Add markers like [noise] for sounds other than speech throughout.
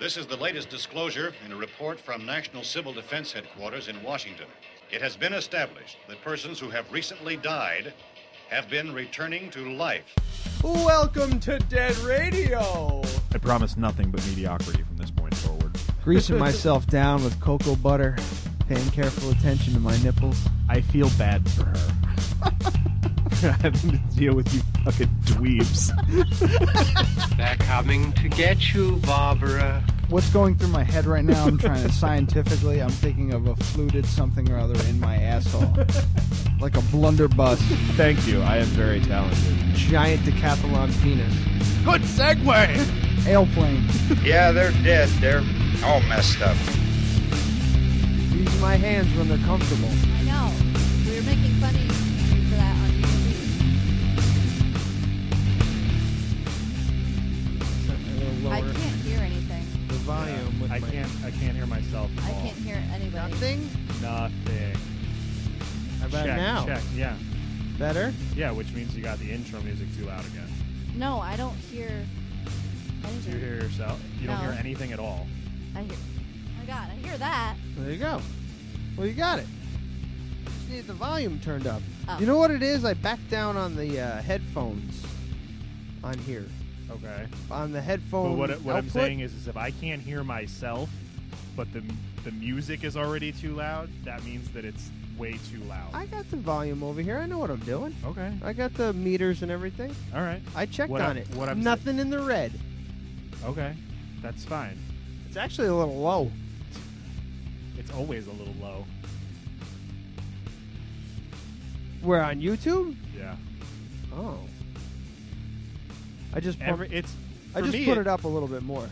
This is the latest disclosure in a report from National Civil Defense Headquarters in Washington. It has been established that persons who have recently died have been returning to life. Welcome to Dead Radio. I promise nothing but mediocrity from this point forward. [laughs] Greasing myself down with cocoa butter, paying careful attention to my nipples. I feel bad for [laughs] her. Having to deal with you fucking dweebs. They're coming to get you, Barbara. What's going through my head right now? I'm trying to scientifically. I'm thinking of a fluted something or other in my asshole, like a blunderbuss, Thank you. I am very talented. giant decathlon penis, Good segue. airplane. Yeah, they're dead. They're all messed up. Use my hands when they're comfortable. I know. We were making fun of you for that on New Year's Eve. I can't hear anything. The volume with I my can't. I can't hear myself. At I all. can't hear anybody. nothing. Nothing. How about check, now? Check. Yeah. Better. Yeah. Which means you got the intro music too loud again. No, I don't hear Do you anything. hear yourself? You don't No. hear anything at all. I hear. Oh my God, I hear that. There you go. Well, you got it. Just need the volume turned up. Oh. You know what it is? I backed down on the uh, headphones on here. Okay. On the But headphone. what, what I'm output. saying is, is if I can't hear myself, but the the music is already too loud, that means that it's way too loud. I got the volume over here. I know what I'm doing. okay. I got the meters and everything. All right. I checked What on I- it. what I'm Nothing in the red. Okay. That's fine. It's actually a little low. It's always a little low. We're on YouTube. Yeah. Oh. I just pumped, Every it's. I for just me, put it up a little bit more.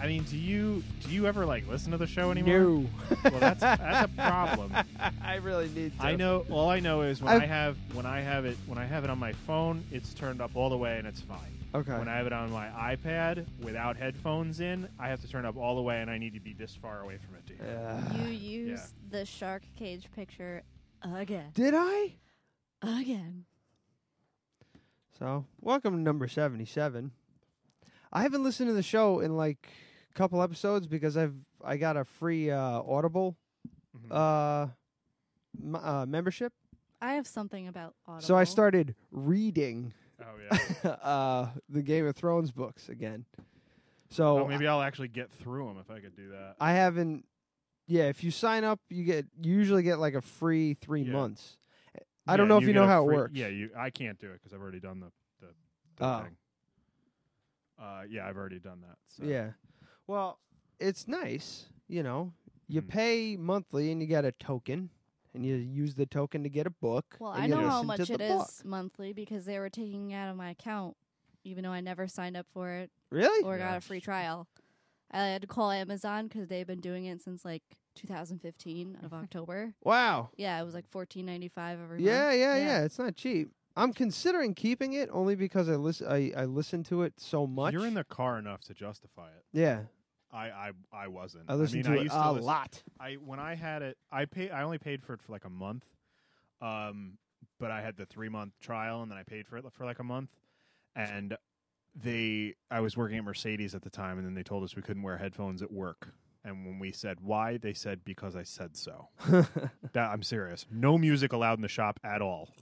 I mean, do you do you ever like listen to the show anymore? No. Well, that's that's a problem. [laughs] I really need. To. I know. All I know is when I've- i have when I have it when I have it on my phone, it's turned up all the way and it's fine. Okay. When I have it on my iPad without headphones in, I have to turn up all the way, and I need to be this far away from it to hear. Uh, You used the shark cage picture again. did I? Again. So, welcome to number 77. I haven't listened to the show in like a couple episodes because I've I got a free uh, Audible Mhm. uh, m- uh, membership. I have something about Audible. So I started reading [laughs] Oh yeah. uh, the Game of Thrones books again. oh, So maybe I'll actually get through them if I could do that. I haven't. Yeah, if you sign up, you get you usually get like a free three Yeah. months. I don't Yeah, know if you, get know a how free- it works. Yeah, you. I can't do it because I've already done the the, the Oh. thing. Uh, yeah, I've already done that. So. Yeah. Well, it's nice, you know. You Mm. pay monthly and you get a token and you use the token to get a book. Well, and I you know how listen to much the it is book. monthly because they were taking it out of my account, even though I never signed up for it [laughs] Really? or got a Yes. free trial. I had to call Amazon because they've been doing it since like 2015 [laughs] of October. Wow. Yeah, it was like 14.95 every Yeah, month. yeah, yeah, Yeah. It's not cheap. I'm considering keeping it only because I listen I, I listen to it so much. You're in the car enough to justify it. Yeah. I I, I wasn't. I listen mean, Oh, to I it used a listen- lot. I when I had it, I pay. I only paid for it for like a month, um, but I had the three month trial, and then I paid for it for like a month, and they. I was working at Mercedes at the time, and then they told us we couldn't wear headphones at work. And when we said why, they said because I said [laughs] so. that I'm serious. No music allowed in the shop at all.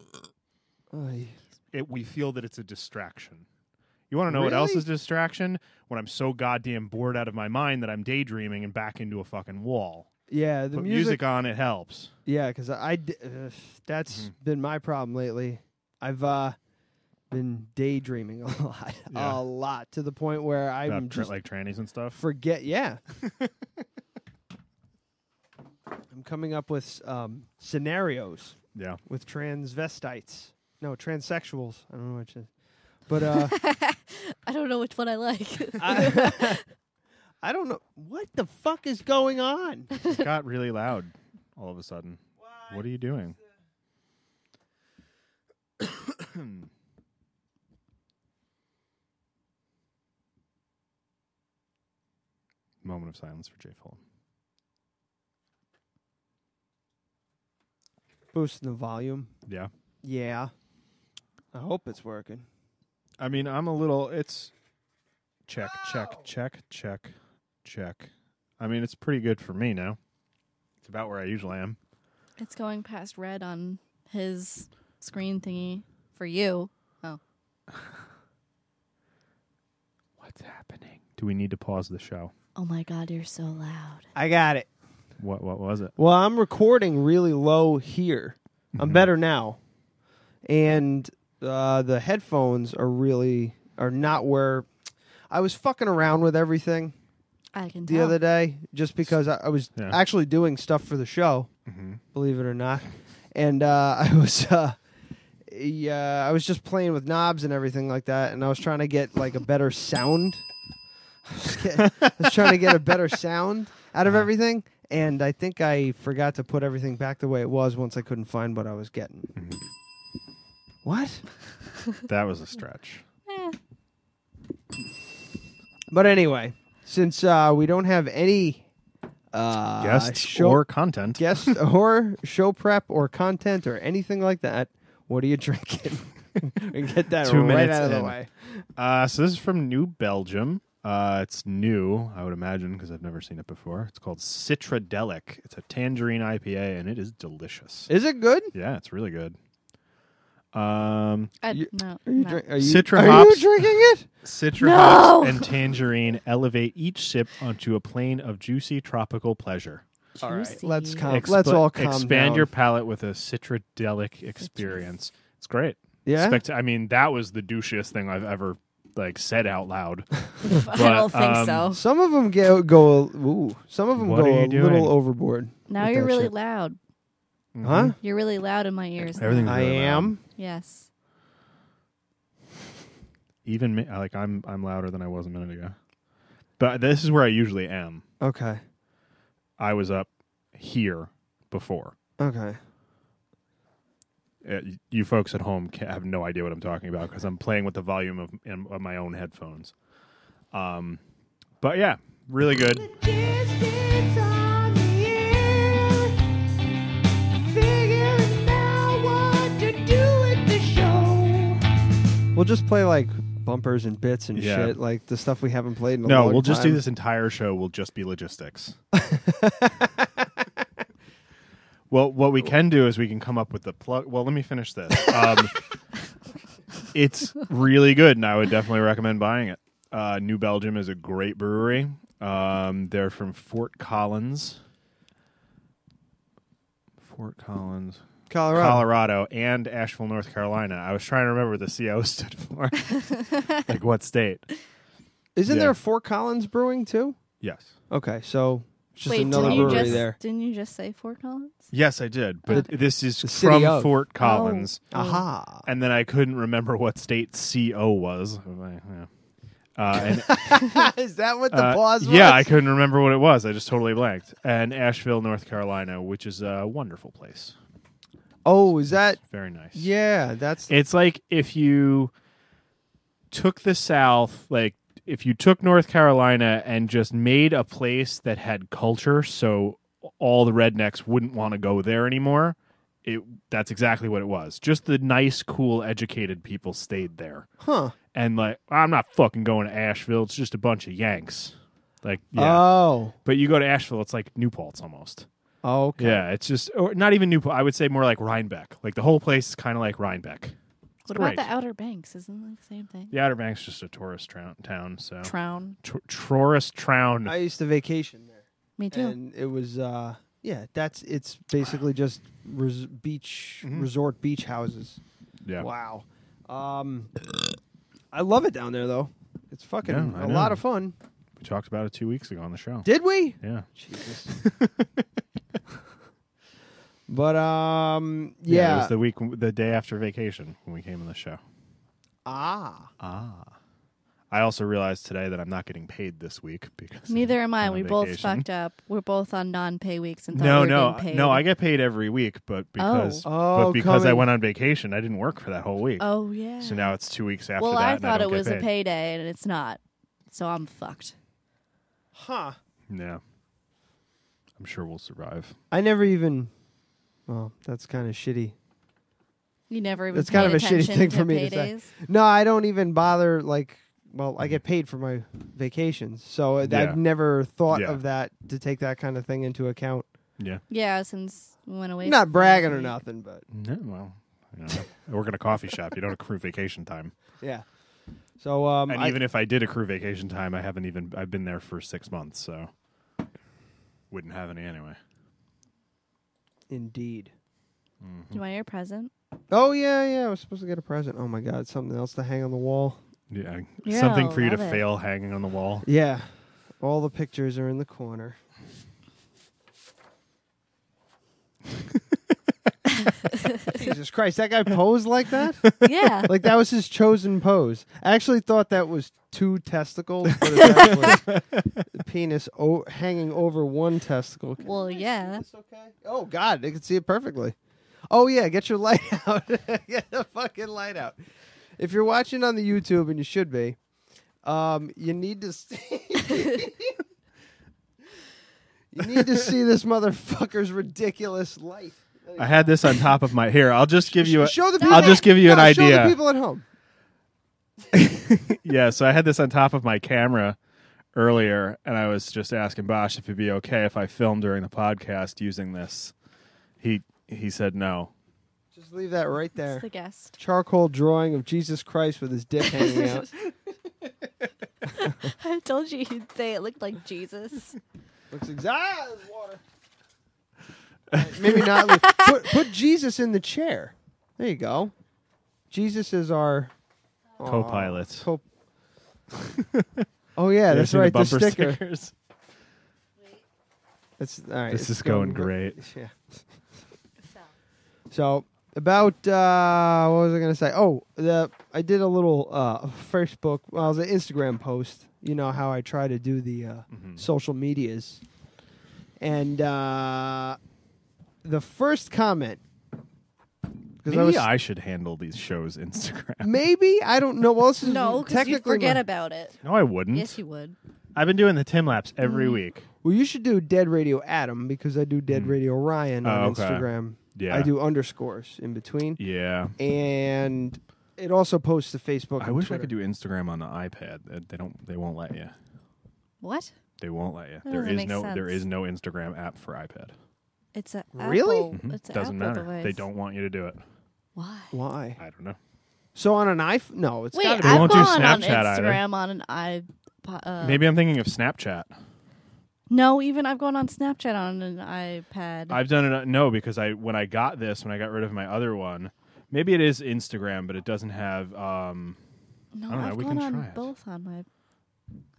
Ay. It we feel that it's a distraction. You want to know what else Really? is a distraction? When I'm so goddamn bored out of my mind that I'm daydreaming and back into a fucking wall. yeah, the Put music, music uh, on, it helps. Yeah, because I, I d- uh, that's Mm-hmm. been my problem lately. I've uh, been daydreaming a [laughs] lot, Yeah. a lot to the point where I'm about tra- just like trannies and stuff. forget. [laughs] Yeah, I'm coming up with um, scenarios yeah, with transvestites. No, transsexuals. I don't know which is, but uh, I don't know which one [laughs] I like. [laughs] I, I don't know what the fuck is going on. it got really loud all of a sudden. What are you doing? [coughs] Moment of silence for Jay Fulham. Boosting the volume. Yeah, Yeah, I hope it's working. I mean, I'm a little. It's check, check, check, check, check. I mean, it's pretty good for me now. It's about where I usually am. It's going past red on his screen thingy for you. What's happening? Do we need to pause the show? Oh my god, you're so loud. I got it. What What was it? Well, I'm recording really low here. I'm better now, and uh, the headphones are really are not where I was fucking around with everything I can the tell. other day, just because I, I was Oh. Yeah. actually doing stuff for the show, Mhm. believe it or not, and uh, [laughs] I was. Uh, yeah, I was just playing with knobs and everything like that, and I was trying to get like a better sound. [laughs] I was, get- I was trying to get a better sound out Uh-huh. of everything, and I think I forgot to put everything back the way it was once I couldn't find what I was getting. Mm-hmm. What? That was a stretch. Eh, But anyway, since uh, we don't have any uh, Guests show- or content? [laughs] guest or show prep or content or anything like that, what are you [laughs] drinking? and get that Two right minutes out of the in. way. Uh, so this is from New Belgium. Uh, it's new, I would imagine, because I've never seen it before. It's called Citradelic. It's a tangerine IPA, and it is delicious. Is it good? yeah, it's really good. Um, I, You- no, Are you, no. drink- are you- Citra are hops. you drinking [laughs] it? Citra No! hops and tangerine elevate each sip onto a plane of juicy tropical pleasure. All right, Juicy. [laughs] let's calm. Expl- Oh, let's all calm expand down. your palate with a citradelic experience. It's great. yeah. Spect- I mean, that was the douchiest thing I've ever like said out loud. I don't think um, so. some of them go go. Ooh, some of them What go are a you doing? little overboard. Now with you're that really shit. loud. Huh? You're really loud in my ears. now. Everything's I really loud. am. Yes. even me, like I'm I'm louder than I was a minute ago. But this is where I usually am. Okay. I was up here before. Okay. Uh, y- you folks at home ca have no idea what I'm talking about because I'm playing with the volume of, in, of my own headphones. Um, but yeah, really good. We'll just play like bumpers and bits and Yeah. shit, like the stuff we haven't played in a No, long we'll just do time. this entire show. Will just be [laughs] logistics. well, what we can do is we can come up with the plug. Well, let me finish this. [laughs] Um, it's really good, and I would definitely recommend buying it. Uh, New Belgium is a great brewery. Um, they're from Fort Collins. Fort Collins, Colorado. Colorado, and Asheville, North Carolina. I was trying to remember what the CO [laughs] stood [laughs] for. like what state? Isn't Yeah. there Fort Collins Brewing too? Yes. Okay, so it's just Wait, another didn't you brewery just there. didn't you just say Fort Collins? Yes, I did. But this is Uh, the city from of. Fort Collins, Oh. Aha. and then I couldn't remember what state CO was. Uh, [laughs] and, Is that what uh, yeah, I couldn't remember what it was. I just totally blanked. And Asheville, North Carolina, which is a wonderful place. oh, is that? Very nice. Yeah, that's. It's like if you took the South, like if you took North Carolina and just made a place that had culture, so all the rednecks wouldn't want to go there anymore. It that's exactly what it was. Just the nice, cool, educated people stayed there, Huh. and like I'm not fucking going to Asheville. It's just a bunch of Yanks. Like yeah, Oh. but you go to Asheville, it's like New Paltz almost. Okay. Yeah, it's just or not even New. Pal- I would say more like Rhinebeck. Like the whole place is kind of like Rhinebeck. What great. about the Outer Banks? Isn't that the same thing? The Outer Banks is just a tourist trou- town, so Trown. Tr- tourist town. I used to vacation there, Me too. and it was. uh Yeah, that's. It's basically just res- beach Mhm. resort beach houses. yeah, Wow. Um, I love it down there though. It's fucking Yeah, I a know. lot of fun. we talked about it two weeks ago on the show. Did we? yeah, Jesus. [laughs] but um, yeah. it was the week, the day after vacation when we came on the show. ah, Ah, I also realized today that I'm not getting paid this week because Neither am I. on We both vacation. fucked up. We're both on non-pay weeks and thought No, we were no, getting paid. no. I get paid every week, but because Oh. but Oh, because I coming- went on vacation, I didn't work for that whole week. Oh yeah. So now it's two weeks after well, that. I and thought don't it get was a paid. payday, and it's not. So I'm fucked. huh. Yeah, I'm sure we'll survive. I never even. Well, that's kind of shitty. You never even. That's kind paid of a shitty attention thing for me to paydays. No, I don't even bother like well, I get paid for my vacations, so I'd- Mm-hmm. Yeah. I've never thought Yeah. of that to take that kind of thing into account. Yeah, since we went away. Not for bragging a or week. nothing, but No, well, you know, [laughs] I work in a coffee shop. You don't accrue vacation time. yeah. So um, And I, even if I did accrue vacation time, I haven't even. I've been there for six months, so wouldn't have any anyway. indeed. Do you want your [laughs] present? Oh yeah, yeah. I was supposed to get a present. Oh my god, something else to hang on the wall. Yeah, Yeah, something for you to love it. fail hanging on the wall. Yeah, all the pictures are in the corner. Jesus Christ, that guy posed like that? yeah. Like that was his chosen pose. I actually thought that was two testicles, but it's actually the penis o- hanging over one testicle. Well, yeah. It's okay. Oh God, they can see it perfectly. Oh yeah, get your light [laughs] out. get the fucking light out. If you're watching on the YouTube, and you should be, um, you need to see. [laughs] you need to see this motherfucker's ridiculous light. I had this on top of my. Here, I'll just give you a. Show the. Stop People, I'll just give you No, an show idea. the people at home. Yeah, so I had this on top of my camera earlier, and I was just asking Bosch if it'd be okay if I filmed during the podcast using this. He he said no. Just leave that right there. It's the guest. Charcoal drawing of Jesus Christ with his dick hanging out. [laughs] I told you you'd say it looked like Jesus. Looks exactly water. Alright, Uh, maybe not. leave- put, put Jesus in the chair. There you go. Jesus is our aw, Co-pilot. co- [laughs] oh yeah, You ever that's seen the right. The, bumper sticker. stickers. It's all right. This it's is going gr- great. [laughs] Yeah. So about uh, what was I gonna say? Oh, the I did a little uh, Facebook. Well, it was an Instagram post. You know how I try to do the uh, Mm-hmm. social medias, and uh, the first comment because Maybe I was I should handle these shows Instagram. maybe I don't know. Well, this is [laughs] No, because technically you forget my- about it. No, I wouldn't. Yes, you Mm-hmm. would. I've been doing the Tim laps every week. Well, you should do Dead Radio Adam because I do Dead Radio Ryan on Mm. Oh, okay. Instagram. Yeah. I do underscores in between, Yeah. and it also posts to Facebook. I and wish I Twitter. could do Instagram on the iPad. Uh, They don't. They won't let you. What? They won't let you. That there doesn't is make no. There sense. is no Instagram app for iPad. It's a Really? Apple- Mhm. It's a Doesn't Apple matter. They device. don't want you to do it. Why? Why? I don't know. So on an iPhone? No, it's Wait, gotta I've be. won't do gone on Snapchat either. Instagram on an i. po- Uh, Maybe I'm thinking of Snapchat. No, even I've gone on Snapchat on an iPad. I've done it. uh, No, because I when I got this, when I got rid of my other one, maybe it is Instagram, but it doesn't have. Um, no, I don't know, have we can gone on try it. both on my.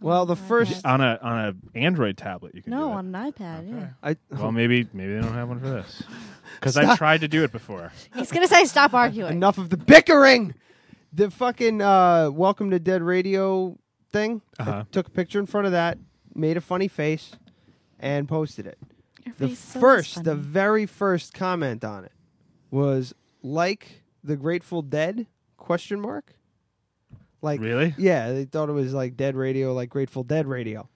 Well, the iPad. first- on a on a Android tablet, you can. do No, it. on an iPad. Okay. I, Well, maybe maybe they don't have one for [laughs] this. Because I tried to do it before. Yeah. He's gonna say, [laughs] "Stop arguing." enough of the bickering. The fucking uh, Welcome to Dead Radio thing. Uh-huh. I took a picture in front of that, made a funny face, and posted it. Your The face is always first, the funny. very first comment on it was like the Grateful Dead question mark. Like Really? Yeah, they thought it was like Dead Radio, like Grateful Dead Radio.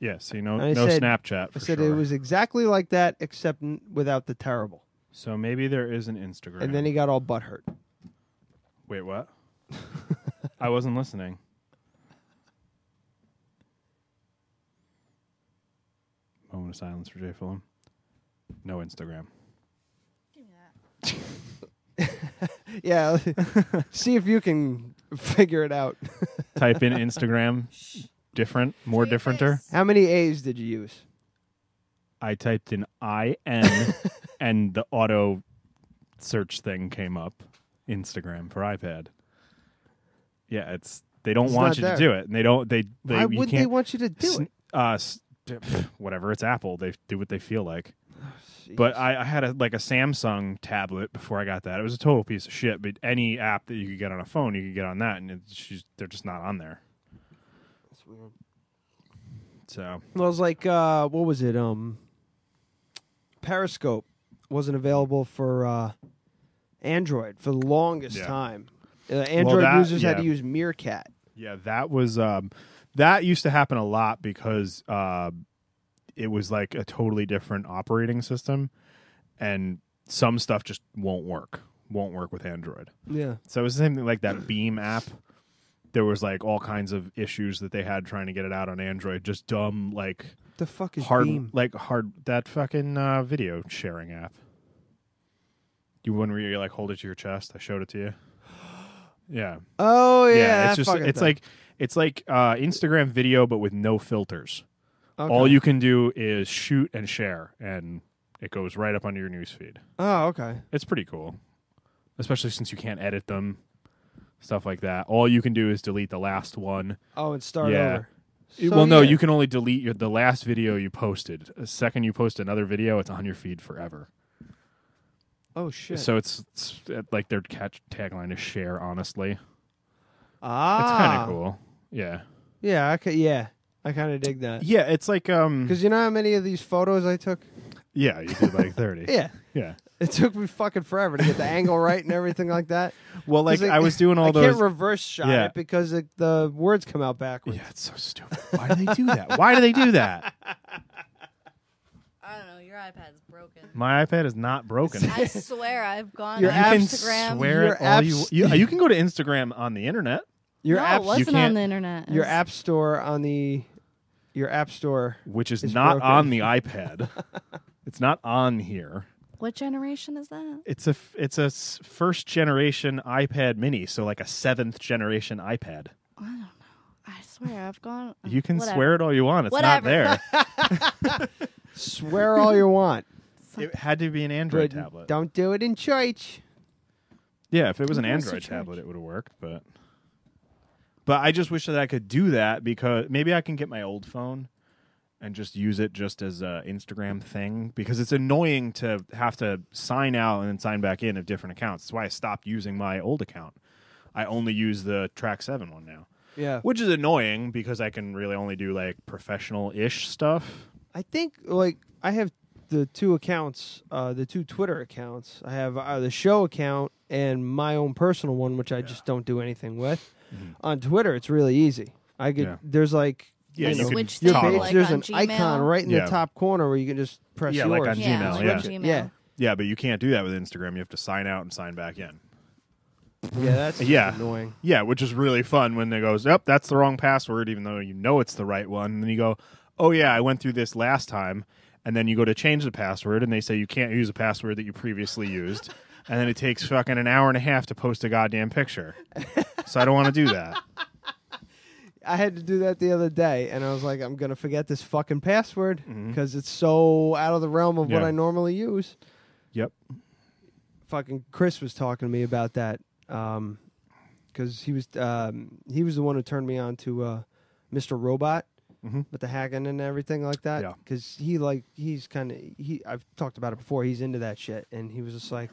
Yeah. So you know, I no said- Snapchat. For I said sure. it was exactly like that, except n- without the terrible. So maybe there is an Instagram. And then he got all butthurt. [laughs] Wait, what? I wasn't listening. Moment of silence for Jay Fulham. No Instagram. Yeah, [laughs] see if you can figure it out. Type [laughs] in Instagram. Different, more differenter. How many A's did you use? I typed in I [laughs] N, and the auto search thing came up. Instagram for iPad. Yeah, it's they don't It's want not you there. to do it, and they don't. They, they Why you would can't- they want you to do Sn- it? Uh, s- d- pff, whatever. It's Apple. They do what they feel like. But I, I had a, like a Samsung tablet before I got that. It was a total piece of shit. But any app that you could get on a phone, you could get on that, and it's just, they're just not on there. So Well, it was like, uh, what was it? Um, Periscope wasn't available for uh, Android for the longest Yeah. time. Uh, Android that- users had to yeah. use Meerkat. yeah, that was um, that used to happen a lot because uh, it was like a totally different operating system, and some stuff just won't work. Won't work with Android. Yeah, [clears throat] So it was the same thing like that Beam app there was like all kinds of issues that they had trying to get it out on Android. Just dumb like The fuck is hard Beam? like hard that fucking uh, video sharing app. You one where you like hold it to your chest. I showed it [gasps] to you. Yeah, Oh yeah, that It's just fucking it's thing. like it's like uh, Instagram video, but with no filters. Okay. All you can do is shoot and share, and it goes right up onto your newsfeed. Oh okay. It's pretty cool, especially since you can't edit them, stuff like that. All you can do is delete the last one. Oh, and start Yeah. over. It- So, well, no, yeah. you can only delete your, the last video you posted. The second you post another video, it's on your feed forever. Oh shit. So it's, it's uh, like their catch tagline is "Share honestly." ah, It's kind of cool. Yeah, Yeah, I could, yeah, I kind of dig that. yeah. It's like um, Because you know how many of these photos I took? yeah, you did like thirty. Yeah. [laughs] yeah. It took me fucking forever to get the angle right and everything like that. Well, 'Cause like I was doing [laughs] all I those. can't reverse shot Yeah. it because it, the words come out backwards. yeah, it's so stupid. Why do they do that? Why do they do that? I don't know. Your iPad's broken. [laughs] My iPad is not broken. [laughs] I swear I've gone Your on you can apps- Instagram. swear Your at all you, apps- you. You can go to Instagram on the internet. Your no, app, it you wasn't can't- on the internet. It your was- app store on the, your app store. which is It's not broken. on the iPad. it's not on here. What generation is that? It's a f- it's a s- first generation iPad Mini, so like a seventh generation iPad. I don't know. I swear [laughs] I've gone. You can whatever. swear it all you want. It's Whatever. not [laughs] there. Swear all you want, [laughs] it had to be an Android but tablet. don't do it in church. Yeah, if it was an Who goes to Android church? tablet, it would have worked. But but I just wish that I could do that because maybe I can get my old phone and just use it just as a Instagram thing because it's annoying to have to sign out and then sign back in of different accounts. That's why I stopped using my old account. I only use the Track Seven one now, Yeah. which is annoying because I can really only do like professional ish stuff. I think like I have the two accounts, uh, the two Twitter accounts. I have uh, the show account and my own personal one, which I just don't do anything with. On Twitter, it's really easy. I could Mm-hmm. Yeah. there's like Yeah, I you could switched your things, toggle. page, like, there's on an icon Gmail. right in Yeah. the top corner where you can just press Yeah, like yours. on yeah, Gmail, like yeah. on Gmail. Yeah. Yeah, but you can't do that with Instagram. You have to sign out and sign back in. Yeah, that's just Yeah. annoying. Yeah, which is really fun when they goes, "Yep, that's the wrong password," even though you know it's the right one. And then you go, "Oh yeah, I went through this last time," and then you go to change the password, and they say you can't use a password that you previously used, and then it takes fucking an hour and a half to post a goddamn picture. so I don't want to do [laughs] that. I had to do that the other day, and I was like, I'm gonna forget this fucking password because it's so out of the realm of what Mm-hmm. Yeah. I normally use. Yep. fucking Chris was talking to me about that um because he was um he was the one who turned me on to uh Mr. Robot Mhm. with the hacking and everything like Yeah. that because he like he's kind of he I've talked about it before he's into that shit and he was just like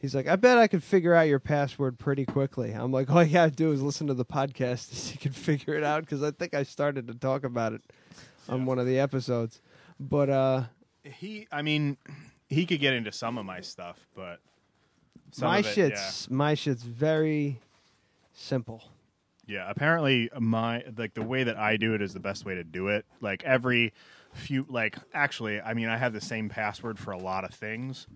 he's like I bet I could figure out your password pretty quickly I'm like all you gotta do is listen to the podcast [laughs] so you can figure it out because I think I started to talk about it on one of the episodes but uh He, I mean, he could get into some of my stuff, but some my of it, shit's my shit's very simple. Yeah, apparently my like the way that I do it is the best way to do it. Like every few like actually, I mean I have the same password for a lot of things,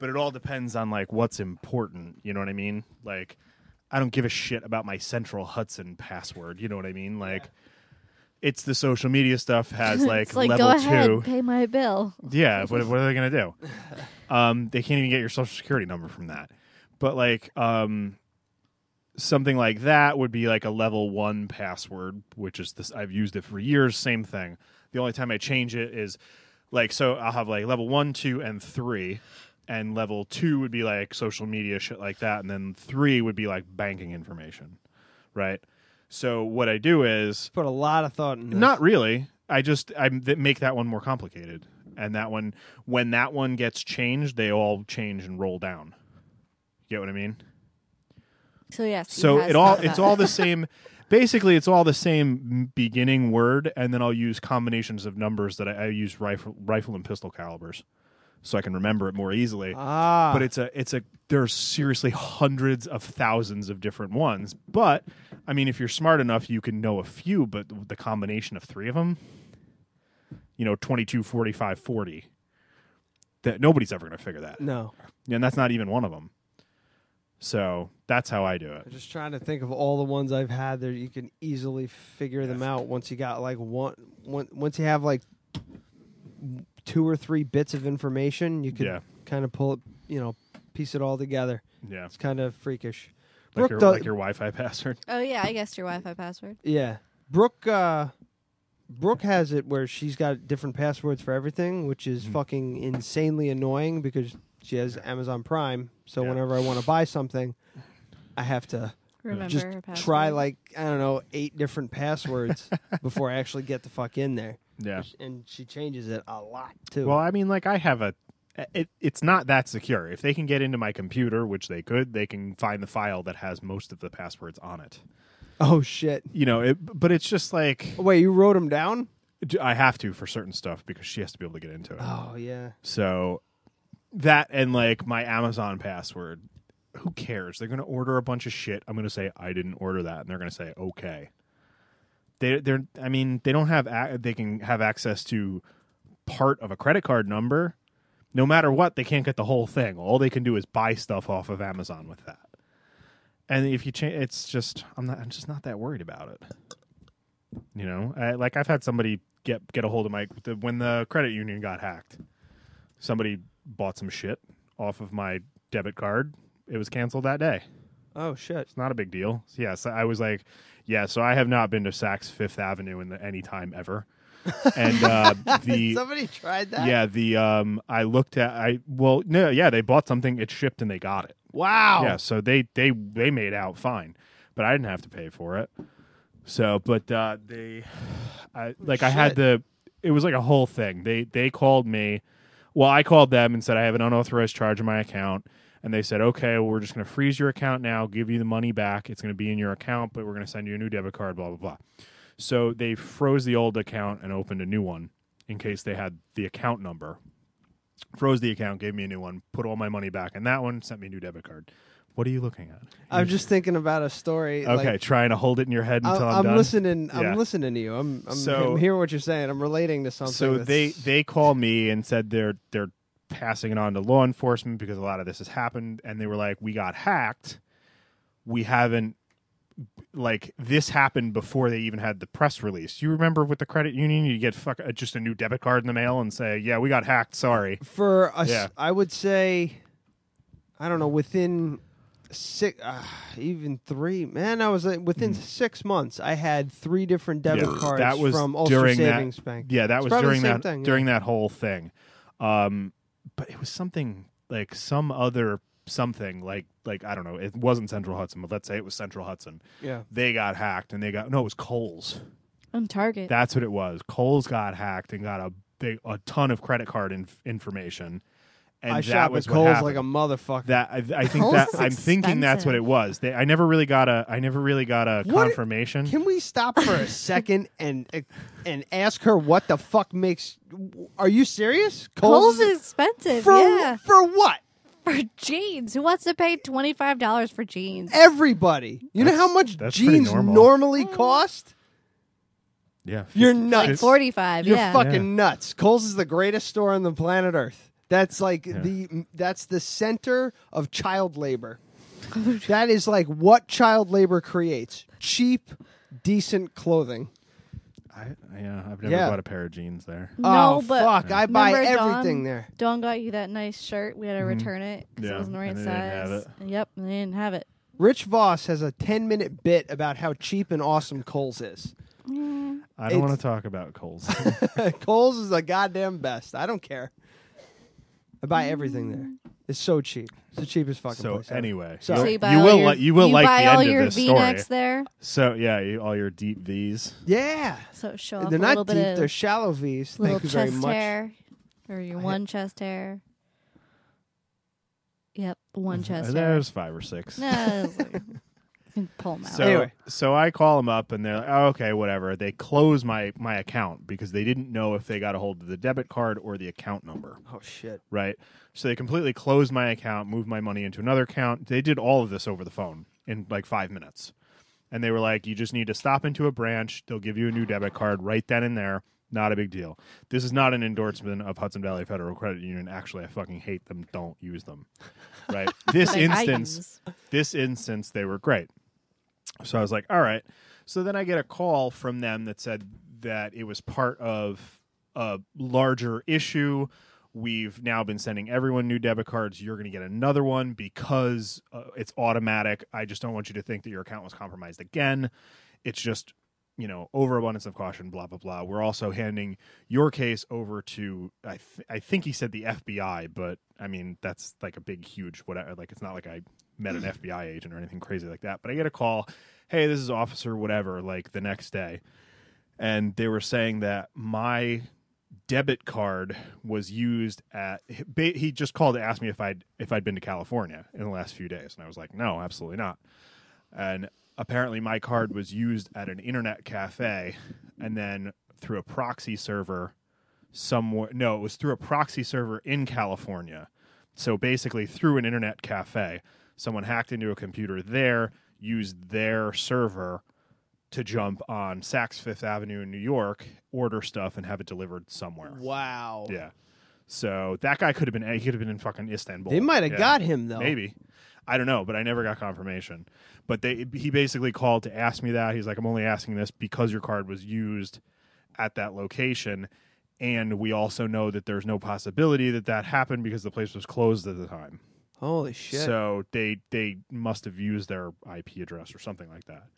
but it all depends on like what's important, you know what I mean? Like I don't give a shit about my Central Hudson password, you know what I mean? Like it's the social media stuff [laughs] has like, it's like level go ahead, 2. pay my bill. Yeah, what, what are they going to do? Um, they can't even get your social security number from that. But like um, something like that would be like a level one password, which is this. I've used it for years. Same thing. The only time I change it is like so. I'll have like level one, two, and three. And level two would be like social media shit like that, and then three would be like banking information, right? So what I do is Put a lot of thought in this. not really. I just I th- make that one more complicated, and that one when that one gets changed, they all change and roll down. You get what I mean? So yes. he So has it [laughs] all thought it's about all the same. Basically, it's all the same beginning word, and then I'll use combinations of numbers that I, I use rifle, rifle and pistol calibers, so I can remember it more easily ah, but it's a it's a there's seriously hundreds of thousands of different ones but i mean if you're smart enough you can know a few but the combination of three of them you know 22 45 40 that nobody's ever going to figure that no. and that's not even one of them So that's how I do it. I'm just trying to think of all the ones I've had there. You can easily figure them out once you got like one, one once you have like two or three bits of information, you can Yeah. kind of pull it, you know, piece it all together. Yeah, It's kind of freakish. like Brooke your, does- like your Wi-Fi [laughs] password. Oh yeah, I guessed your Wi-Fi password. Yeah. Brooke uh Brooke has it where she's got different passwords for everything, which is Mm-hmm. fucking insanely annoying because she has Amazon Prime. So Yeah. whenever I want to buy something, I have to Remember just her password. try like I don't know, eight different [laughs] passwords before I actually get the fuck in there. Yeah. And she changes it a lot too. Well, I mean, like I have a. It, it's not that secure. If they can get into my computer, which they could, they can find the file that has most of the passwords on it. oh shit. You know, it, but it's just like Wait, you wrote them down? I have to for certain stuff because she has to be able to get into it. Oh yeah. So that and like my Amazon password, who cares? They're going to order a bunch of shit. I'm going to say I didn't order that, and they're going to say okay. They they're I mean they don't have ac they can have access to part of a credit card number. No matter what, they can't get the whole thing. All they can do is buy stuff off of Amazon with that. And if you change, it's just I'm not I'm just not that worried about it. You know, I, like I've had somebody get get a hold of my the, when the credit union got hacked somebody bought some shit off of my debit card. It was canceled that day. Oh shit. It's not a big deal. So, yeah, so I was like, yeah, so I have not been to Saks Fifth Avenue in the, any time ever. And uh, the Somebody tried that? yeah, the um, I looked at I well no yeah they bought something it shipped and they got it. Wow. Yeah, so they they they made out fine, but I didn't have to pay for it. So, but uh, they, I like I had Shit. the it was like a whole thing. They they called me, well I called them and said I have an unauthorized charge in my account, and they said okay, well, we're just going to freeze your account now, give you the money back. It's going to be in your account, but we're going to send you a new debit card, blah blah blah. So they froze the old account and opened a new one in case they had the account number. Froze the account, gave me a new one, put all my money back in that one, sent me a new debit card. What are you looking at? I'm just thinking about a story. like- Okay, trying to hold it in your head I- until I'm, I'm done. listening. Yeah. I'm listening to you. I'm, I'm, So- I'm hearing what you're saying. I'm relating to something. So that's- they they call me and said they're they're passing it on to law enforcement because a lot of this has happened, and they were like, "We got hacked. We haven't." Like this happened before they even had the press release. You remember with the credit union, you get fuck uh, just a new debit card in the mail and say, "Yeah, we got [laughs] hacked. Sorry." for us, Yeah. I would say, I don't know, within six, uh, even three. Man, I was like, within six months. I had three different debit Mm-hmm. Yeah, cards that was from Ulster during Savings that, Bank. Yeah, that It's was probably during the same that thing, yeah. during that whole thing. Um, but it was something like some other something like like I don't know. It wasn't Central Hudson, but let's say it was Central Hudson. Yeah. They got hacked and they got no. It was Coles. On Target. That's what it was. Coles got hacked and got a big a ton of credit card inf- information. And I that shop was at what Kohl's happened. like a motherfucker. That I, I think Kohl's that is I'm thinking that's what it expensive. was. They, I never really got a I never really got a What- confirmation. Can we stop for a [laughs] second and uh, and ask her what the fuck makes? Are you serious? Kohl's is expensive. for yeah, for what? for jeans. Who wants to pay twenty five dollars for jeans? Everybody. You know how much that's pretty jeans normal. normally Mm. cost? yeah, You're Like nuts. forty five. You're Yeah. fucking nuts. Kohl's is the greatest store on the planet Earth. That's like the that's the center of child [laughs] labor. that is like what child labor creates. Cheap, decent clothing. I, yeah, I've never Yeah. bought a pair of jeans there. no, oh but fuck, I buy remember Dawn? everything there. Don got you that nice shirt. We had to return it because Mm-hmm. Yeah, it and wasn't the right they didn't have size. Yep, and they didn't have it. Rich Voss has a 10-minute bit about how cheap and awesome Kohl's is. I don't want to It's- talk [laughs] about Coles. Kohl's is the goddamn best. I don't care. I buy everything there. It's so cheap. It's the cheapest fucking so place. ever. anyway, Sorry. So You you, buy you all will your, like you will like buy the all end your of this V-necks story. there. So yeah, you, all your deep V's. Yeah. So show off they're a not little deep. bit of They're shallow V's. little Thank you very chest much. hair [laughs] or your one chest hair. Yep, [laughs] one chest hair. There's five or six. No, [laughs] it's like- you can pull them out. So Anyway. so I call them up and they're like, oh, okay, whatever. They close my my account because they didn't know if they got a hold of the debit card or the account number. Oh shit. right? So they completely closed my account, moved my money into another account. They did all of this over the phone in like five minutes. And they were like, you just need to stop into a branch. They'll give you a new debit card right then and there. Not a big deal. This is not an endorsement of Hudson Valley Federal Credit Union. Actually, I fucking hate them. Don't use them. [laughs] Right. this Like, I instance use- this instance they were great so i was like all right so then i get a call from them that said that it was part of a larger issue we've now been sending everyone new debit cards you're going to get another one because uh, it's automatic i just don't want you to think that your account was compromised again it's just you know overabundance of caution blah blah blah we're also handing your case over to i th- i think he said the fbi but i mean that's like a big huge whatever like it's not like i met an fbi agent or anything crazy like that but i get a call hey this is officer whatever like the next day and they were saying that my debit card was used at ba- he just called to ask me if i'd if i'd been to california in the last few days and i was like no absolutely not and apparently my card was used at an internet cafe and then through a proxy server somewhere no it was through a proxy server in california so basically through an internet cafe someone hacked into a computer there used their server to jump on saks fifth avenue in new york order stuff and have it delivered somewhere Wow. yeah so that guy could have been he could have been in fucking istanbul They might have Yeah. got him though. Maybe. I don't know, but I never got confirmation. But they he basically called to ask me that. He's like, I'm only asking this because your card was used at that location. And we also know that there's no possibility that that happened because the place was closed at the time. Holy shit. So they they must have used their IP address or something like that.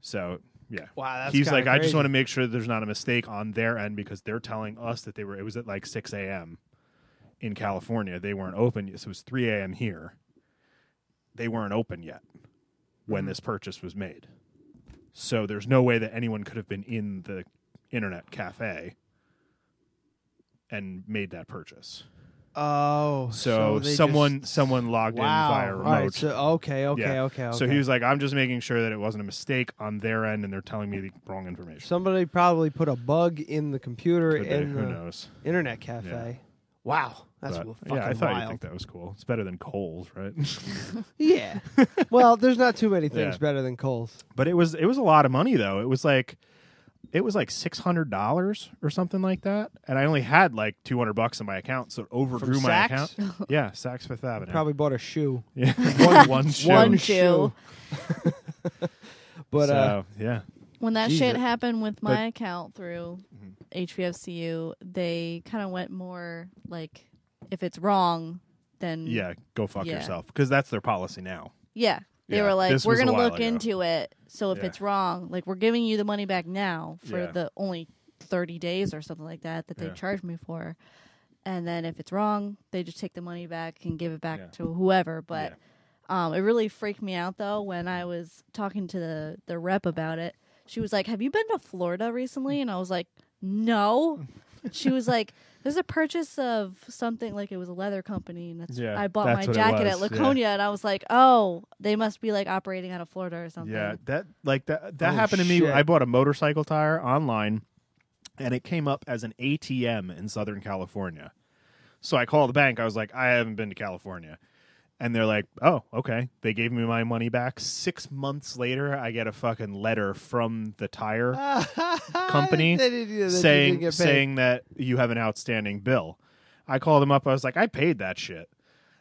So yeah, wow. That's he's kinda like, I just crazy. want to make sure that there's not a mistake on their end because they're telling us that they were. It was at like 6 a.m. in California. They weren't open. yet, So it was 3 a.m. here. They weren't open yet when Hmm. this purchase was made. So there's no way that anyone could have been in the internet cafe and made that purchase. Oh, So, they someone just- someone logged wow. in via All remote. right, so okay, okay, Yeah. okay, okay. So he was like, I'm just making sure that it wasn't a mistake on their end and they're telling me the wrong information. Somebody probably put a bug in the computer Could be, in who the knows? internet cafe. Wow, that's But, w- fucking yeah, I thought you'd wild. think that was cool. It's better than Coles, right? [laughs] Yeah. [laughs] well, there's not too many things Yeah. better than Coles. but it was it was a lot of money though. It was like it was like six hundred dollars or something like that, and I only had like two hundred bucks in my account, so it overdrew my Saks? account. [laughs] Yeah, Saks Fifth Avenue. Probably bought a shoe. yeah. one, [laughs] one shoe. One So, shoe. [laughs] But uh, yeah, When that Jesus. shit happened with my But- Mm-hmm. account through HVFCU, they kind of went more like, if it's wrong, then yeah, go fuck Yeah. yourself because that's their policy now. Yeah. They Yeah, were like, this we're was a going to while look ago. into it. So if Yeah. it's wrong, like we're giving you the money back now for Yeah. the only 30 days or something like that that they Yeah. charged me for. And then if it's wrong, they just take the money back and give it back Yeah. to whoever. But um, it really freaked me out though when I was talking to the, the rep about it. She was like, Have you been to Florida recently? And I was like, No. [laughs] she was like, There's a purchase of something like it was a leather company, and that's Yeah, I bought that's my what it jacket at was, yeah. Laconia, and I was like, Oh, they must be like operating out of Florida or something. Yeah, that like that that Oh, happened to me. shit. I bought a motorcycle tire online, and it came up as an ATM in Southern California. So I called the bank. I was like, I haven't been to California, and they're like, Oh, okay. They gave me my money back. Six months later, I get a fucking letter from the tire [laughs] company uh, [laughs] They didn't- they didn't saying get paid. saying that you have an outstanding bill. I called them up. I was like, I paid that shit.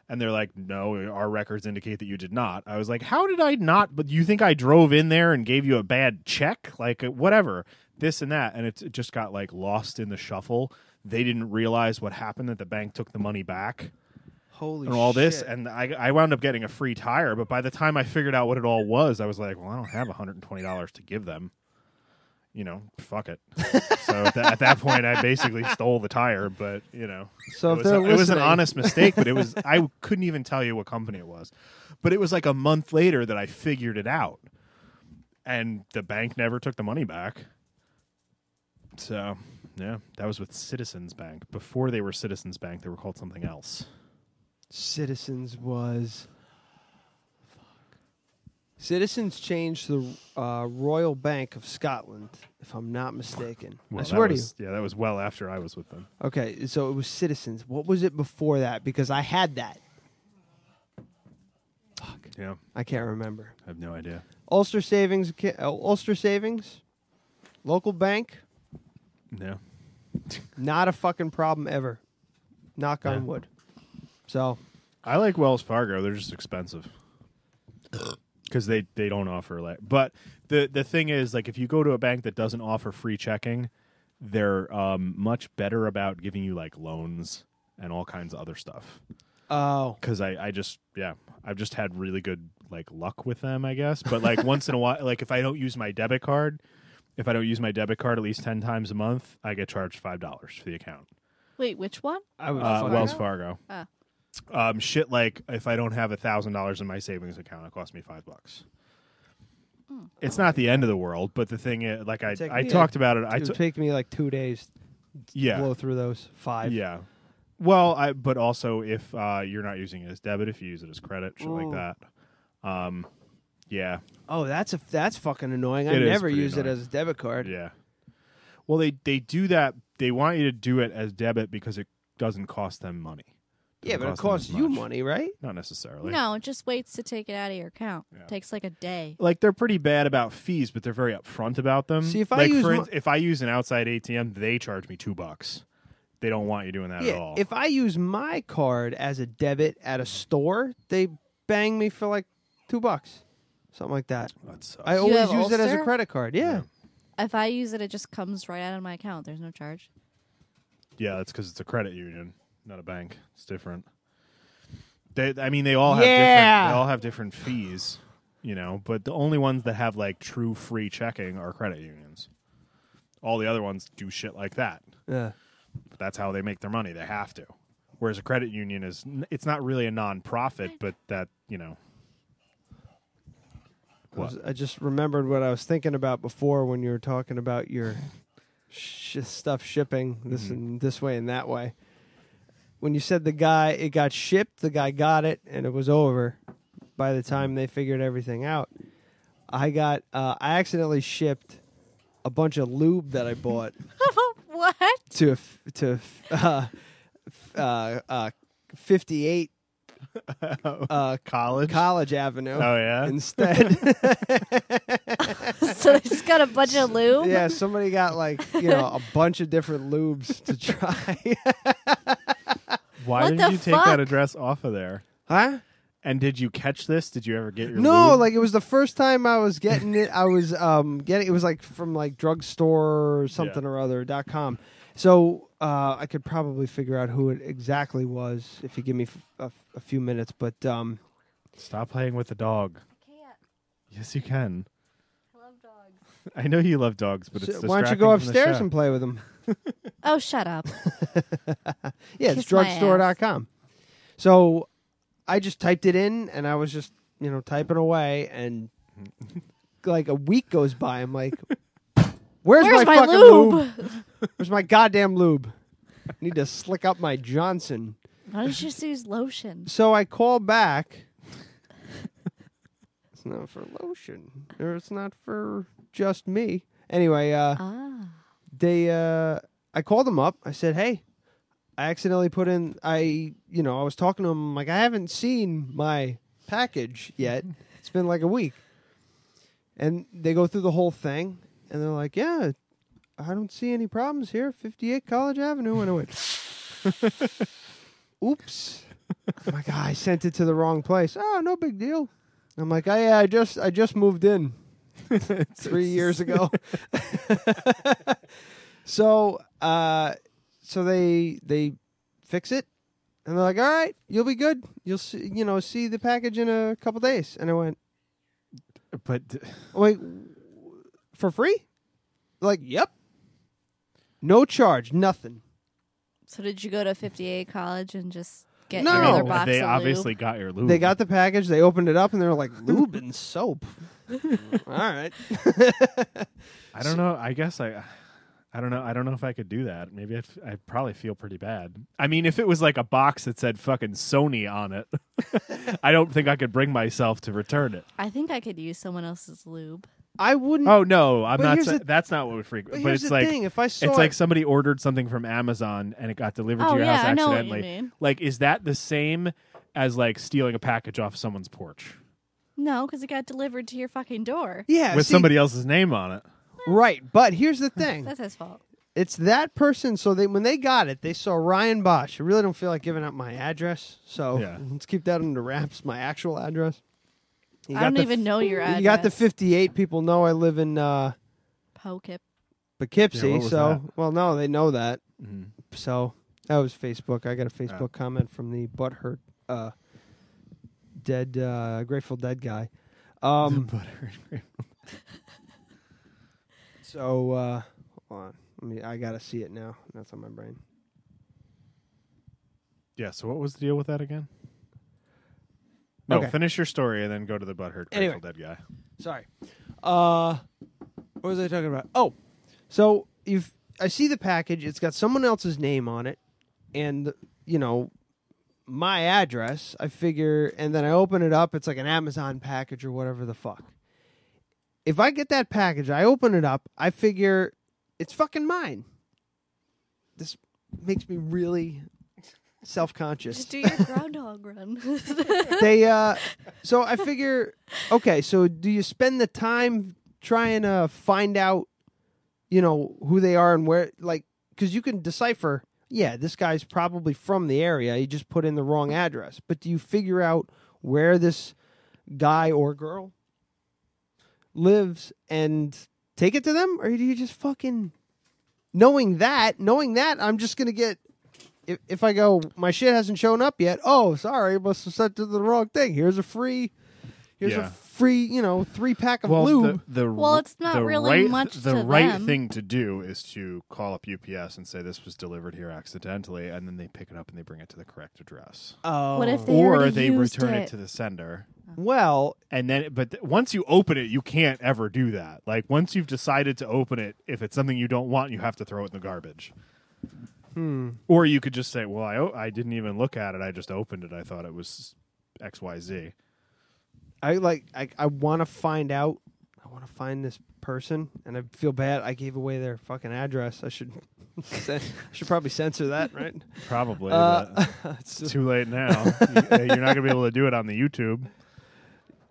And they're like, no, our records indicate that you did not. I was like, how did I not? But you think I drove in there and gave you a bad check? Like, whatever, this and that. And it's, it just got like lost in the shuffle. They didn't realize what happened that the bank took the money back holy and all this. shit. And I, I wound up getting a free tire. But by the time I figured out what it all was, I was like, well, I don't have $120 to give them. You know, [laughs] fuck it. so at, that at that point, I basically stole the tire. But, you know, so it if was, they're it was an listening- [laughs] honest mistake, but it was I couldn't even tell you what company it was. But it was like a month later that I figured it out, and the bank never took the money back. So, yeah, that was with Citizens Bank. Before they were Citizens Bank, they were called something else. Citizens was. Citizens changed the uh, Royal Bank of Scotland, if I'm not mistaken. I Well, swear that to you. was, Yeah, that was well after I was with them. Okay, so it was Citizens. What was it before that? Because I had that. Yeah, I can't remember. I have no idea. Ulster Savings, Ca- uh, Ulster Savings, local bank. Yeah, Not a fucking problem ever. Knock Yeah. on wood. So I like Wells Fargo. They're just [coughs] expensive because they they don't offer like. But the the thing is, like, if you go to a bank that doesn't offer free checking, they're um, much better about giving you like loans and all kinds of other stuff. oh Because I I just yeah I've just had really good like luck with them I guess. But like once in a while, like if I don't use my debit card, if I don't use my debit card at least ten times a month, I get charged five dollars for the account. Wait, which one? I would Uh, fucking- Wells Fargo. Ah. Um, shit, like if I don't have a thousand dollars in my savings account, it costs me five bucks. It's not the end of the world, but the thing is, like I, Take I me talked about it. I it would t- take me like two days to yeah, blow through those five. yeah. Well, I but also if uh, you're not using it as debit, if you use it as credit, shit Ooh. like that. Um, yeah, Oh, that's a that's fucking annoying. I It is never pretty use it annoying. as a debit card. yeah. Well, they they do that. They want you to do it as debit because it doesn't cost them money. Yeah, Doesn't but it cost costs them as you much. money, right? Not necessarily. No, it just waits to take it out of your account. Yeah. Takes like a day. like they're pretty bad about fees, but they're very upfront about them. See, if I like, use for my- ins- if I use an outside ATM, they charge me two bucks. They don't want you doing that at Yeah. all. If I use my card as a debit at a store, they bang me for like two bucks, something like that. that sucks. I always have use it as a Ulster? credit card. Yeah. Yeah. If I use it, it just comes right out of my account. There's no charge. yeah, that's because it's a credit union, not a bank. It's different. They, I mean, they all have Yeah. different. They all have different fees, you know. But the only ones that have like true free checking are credit unions. All the other ones do shit like that. Yeah. But that's how they make their money. They have to. Whereas a credit union is, it's not really a non-profit, but that you know. I, What? was- I just remembered what I was thinking about before when you were talking about your sh- stuff shipping this and this way and that way. When you said the guy, it got shipped, the guy got it, and it was over by the time they figured everything out. I got, uh, I accidentally shipped a bunch of lube that I bought [laughs] [laughs] what? to a f- to a f- uh, f- uh, uh, 58 uh, college. College Avenue Oh yeah. instead. [laughs] so they just got a bunch [laughs] of lube. Yeah, somebody got like you know a bunch of different lubes to [laughs] try. Why What did not the you take that fuck? address off of there? huh? And did you catch this? Did you ever get your No, lube? like it was the first time I was getting it. I was um getting it was like from like drugstore or something or other dot com. So uh, I could probably figure out who it exactly was if you give me f- a, a few minutes. But um, stop playing with the dog. Can't. Yes, you can. Love dogs. [laughs] I know you love dogs, but it's so why don't you go upstairs and play with them? Oh, shut up. Yeah, it's Kiss my drugstore.com. So I just typed it in and I was just, you know, typing away and [laughs] like a week goes by. I'm like, [laughs] where's, my, Where's my, fucking lube? Where's my goddamn lube? I need to slick up my Johnson. Why don't you just use lotion? So I call back. it's not for lotion. Or it's not for just me. Anyway, uh Ah. they uh I called them up. I said, "Hey, I accidentally put in I, you know, I was talking to them like I haven't seen my package yet. It's been like a week." And they go through the whole thing and they're like, "Yeah, I don't see any problems here. 58 College Avenue." And I went, [laughs] "Oops." I'm like, "Ah, "I sent it to the wrong place." "Oh, no big deal." I'm like, "Oh yeah, I just I just moved in." three years ago. so uh, so they they fix it, and they're like, "All right, you'll be good. You'll see, you know see the package in a couple days." And I went, But "Wait, for free?" Like, "Yep, no charge, nothing." So did you go to 58 college and just get No. I another mean, box they of obviously lube? got your lube. They got the package, they opened it up, and they [laughs] were like, "Lube and soap." All right. I don't know. I guess I. I don't know. I don't know if I could do that. Maybe I'd, I'd probably feel pretty bad. I mean, if it was like a box that said fucking Sony on it, [laughs] I don't think I could bring myself to return it. I think I could use someone else's lube. I [laughs] wouldn't. Oh no, I'm But not. here's sa- the- that's not what would freak. But, but here's it's the like thing: if I saw it's like it- somebody ordered something from Amazon and it got delivered Oh, to your yeah, house I know what you accidentally. mean. Like, is that the same as like stealing a package off someone's porch No, because it got delivered to your fucking door. yeah, with see, somebody else's name on it? right. But here's the thing: That's his fault. It's that person. So they when they got it, they saw Ryan Bosch. I really don't feel like giving up my address, so Yeah. [laughs] let's keep that under wraps. My actual address. You I got don't the even f- know your address. You got the fifty-eight people know I live in uh, Pokip. Poughkeepsie. Yeah, what was so that? well, no, they know that. Mhm. So that was Facebook. I got a Facebook comment from the butthurt uh, dead uh, Grateful Dead guy. Um, [laughs] so uh, hold on, Let me- I gotta see it now. That's on my brain. Yeah. So what was the deal with that again? No, Okay. finish your story and then go to the butthurt Grateful Anyway. Dead guy. Sorry. Uh, what was I talking about? Oh, so if I see the package, it's got someone else's name on it, and you know my address. I figure, and then I open it up. It's like an Amazon package or whatever the fuck. If I get that package, I open it up. I figure it's fucking mine. This makes me really self-conscious Just do [laughs] your groundhog run. [laughs] they uh so i figure okay so do you spend the time trying to find out you know who they are and where like because you can decipher yeah this guy's probably from the area he just put in the wrong address but do you figure out where this guy or girl lives and take it to them or do you just fucking knowing that knowing that i'm just gonna get if, if I go, my shit hasn't shown up yet. Oh, sorry, must have sent it to the wrong thing. Here's a free, here's Yeah. a free, you know, three pack of Well, lube. the, the Well, r- it's not the really right, much The to right them. thing to do is to call up UPS and say this was delivered here accidentally, and then they pick it up and they bring it to the correct address, oh, What if They or already they used return it. it. to the sender. well, And then, but th- once you open it, you can't ever do that. Like once you've decided to open it, if it's something you don't want, you have to throw it in the garbage. Hmm. Or you could just say, "Well, I o- I didn't even look at it. I just opened it. I thought it was X Y Z." I like, I, I want to find out. I want to find this person, and I feel bad. I gave away their fucking address. I should, [laughs] I should probably censor that, right? Probably. Uh, but [laughs] it's too late now. You- uh, You're not gonna be able to do it on the YouTube.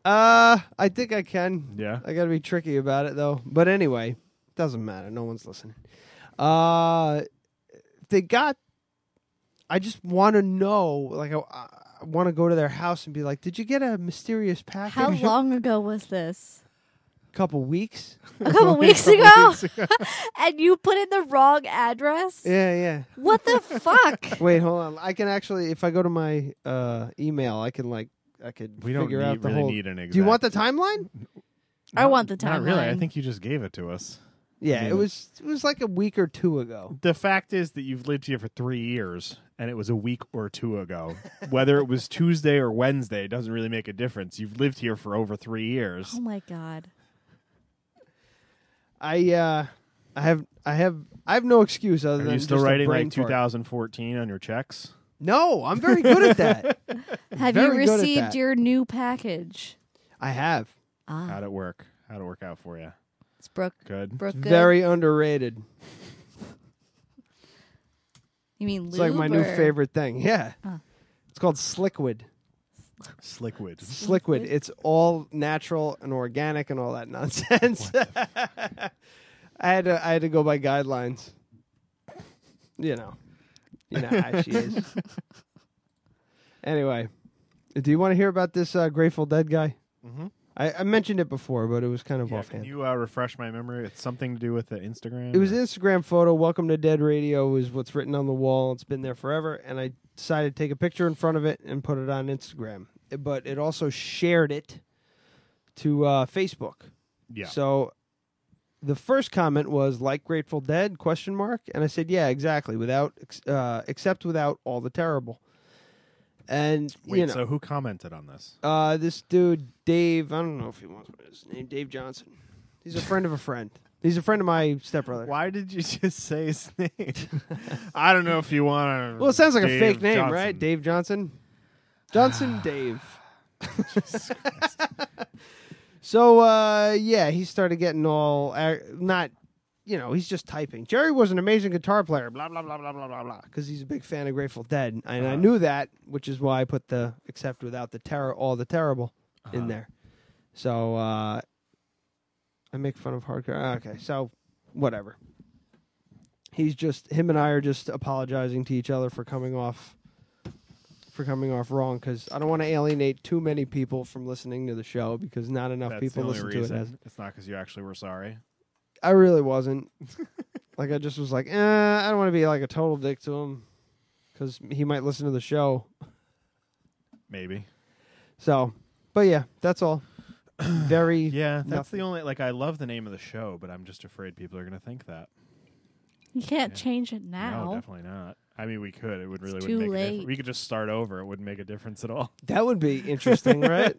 Uh, I think I can. Yeah. I gotta be tricky about it though. But anyway, doesn't matter. No one's listening. Uh, they got. I just want to know. Like, I, I want to go to their house and be like, "Did you get a mysterious package?" [laughs] How long ago was this? couple weeks. [laughs] A couple weeks ago? [laughs] and you put in the wrong address? Yeah, yeah. What the fuck? Wait, hold on. I can actually, if I go to my uh email, I can like, I could We don't figure out need, the really whole. need an exact. Do you want the timeline? I want the Not really. I timeline. think you just gave it to us. Yeah, it mean- was. It was like a week or two ago. The fact is that you've lived here for three years, and it was a week or two ago. Whether it was Tuesday or Wednesday doesn't really make a difference. You've lived here for over three years. Oh my god. I uh, I have I have I have no excuse other Are than you still just a writing brain like fart. 2014 on your checks? No, I'm very good at [laughs] that. Have you very good at received that. your new package? I have Ah, How'd it work? How'd it work out for you? it's Brooke. Good. Brooke Good. very underrated. You mean It's like my new lube or- favorite thing. Yeah, Ah. it's called Sliquid. Sliquid. Sliquid. It's all natural and organic and all that nonsense. I had to [laughs] I had to go by guidelines. You know, you know how she [laughs] is. Anyway, do you want to hear about this uh, Grateful Dead guy? Mhm. I, I mentioned it before, but it was kind of Yeah, offhand. can you uh, refresh my memory? It's something to do with the Instagram. It was or- an Instagram photo. Welcome to Dead Radio is what's written on the wall. It's been there forever, and I decided to take a picture in front of it and put it on Instagram. Eh, But it also shared it to uh, Facebook. yeah. So the first comment was like Grateful Dead question mark, and I said, yeah, exactly. Without ex- uh, except without all the terrible. And Wait. you know, So who commented on this? uh, this dude Dave. I don't know if he wants his name. Dave Johnson. He's a friend of a friend. He's a friend of my stepbrother. Why did you [laughs] just [laughs] say his name? I don't know if you want to. Well, it sounds like a fake name, right? Dave Johnson. [sighs] Johnson Dave. so uh, yeah, he started getting all uh, not, you know, he's just typing. Jerry was an amazing guitar player, blah blah blah blah blah blah blah, because he's a big fan of Grateful Dead, and I knew that, which is why I put the except without the terror, all the terrible Uh-huh. in there. So uh, ah, I make fun of hardcore. Okay, so whatever. he's just him and I are just apologizing to each other for coming off for coming off wrong because I don't want to alienate too many people from listening to the show because not enough That's people the only listen reason. to it. As, It's not because you actually were sorry. I really [laughs] wasn't. like I just was like, eh, I don't want to be like a total dick to him because he might listen to the show. Maybe. So, but yeah, that's [coughs] all. Very Yeah, that's nothing. the only like I love the name of the show, but I'm just afraid people are going to think that. You can't change it No, now. definitely not. I mean, we could. It would really too wouldn't make a difference. late. We could just start over. It wouldn't make a difference at all. [laughs] that would be interesting, right?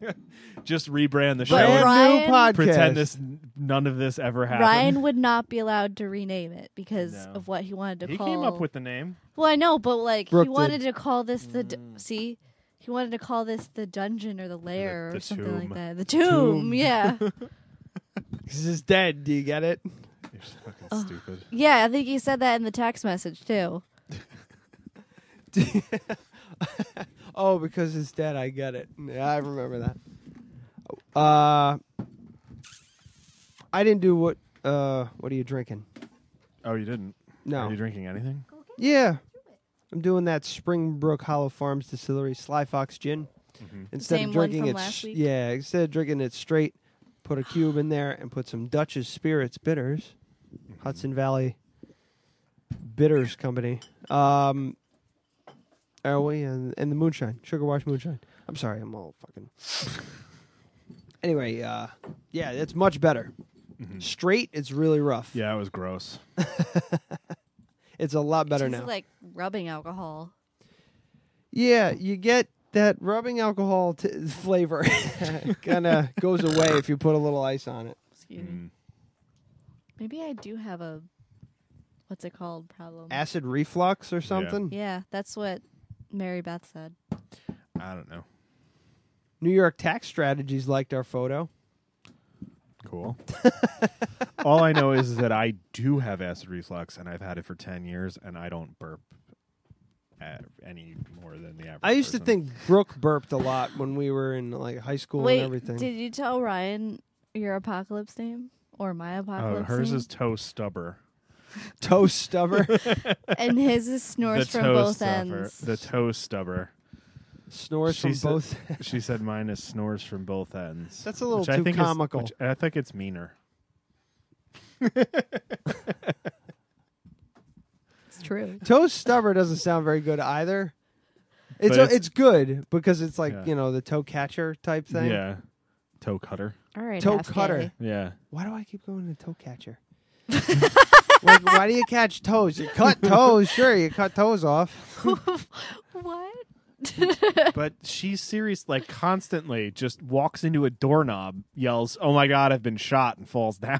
Just rebrand the show. But Brand and Ryan- new podcast. pretend this none of this ever happened. Ryan would not be allowed to rename it because No. of what he wanted to he call. came up with the name. Well, I know, but like Brooke he did. wanted to call this the d- see, he wanted to call this the dungeon or the lair Mm. the or something tomb. like that. The tomb, Tomb. [laughs] yeah, Because it's dead. Do you get it? You're so fucking stupid. yeah. I think he said that in the text message too. [laughs] oh, because it's dead. I get it. Yeah, I remember that. Uh, I didn't do what. Uh, what are you drinking? Oh, you didn't. Are No. you drinking anything? Yeah, I'm doing that Springbrook Hollow Farms Distillery Sly Fox Gin. Instead Same of one drinking from it, last s- week? yeah. Instead of drinking it straight, put [gasps] a cube in there and put some Dutch's Spirits bitters, Hudson Valley Bitters Company. Um, are we and, and the moonshine, sugar wash moonshine. I'm sorry, I'm all fucking. anyway, uh, yeah, it's much better. Straight, it's really rough. Yeah, it was gross. it's a lot better Tastes now. Like rubbing alcohol. Yeah, you get that rubbing alcohol t- flavor. [laughs] kind of goes away if you put a little ice on it. Excuse Mm. me. Maybe I do have a what's it called problem. Acid reflux or something. yeah, that's what Mary Beth said. I don't know. New York Tax Strategies liked our photo. Cool. [laughs] All I know is that I do have acid reflux, and I've had it for ten years, and I don't burp at any more than the average. I used to person. think Brooke burped a lot when we were in like high school Wait, and everything. [laughs] did you tell Ryan your apocalypse name or my Oh, apocalypse? hers name? is toe stubber. Toast [laughs] stubber, and his is snores the from toe both stubber. ends. The toe stubber. snores She from said- both. [laughs] she said mine is snores from both ends. That's a little which too I think is- comical. which I think it's meaner. it's true. Toast stubber doesn't sound very good either. It's, But a- it's- it's good because it's like Yeah. you know the toe catcher type thing. Yeah. Toe cutter. All right, Toe FK. cutter. [laughs] Yeah. Why do I keep going to toe catcher? [laughs] like, why do you catch toes? You cut toes, sure, you cut toes off. [laughs] What? but she's serious, like constantly just walks into a doorknob, yells, Oh my God, I've been shot, and falls [laughs] down.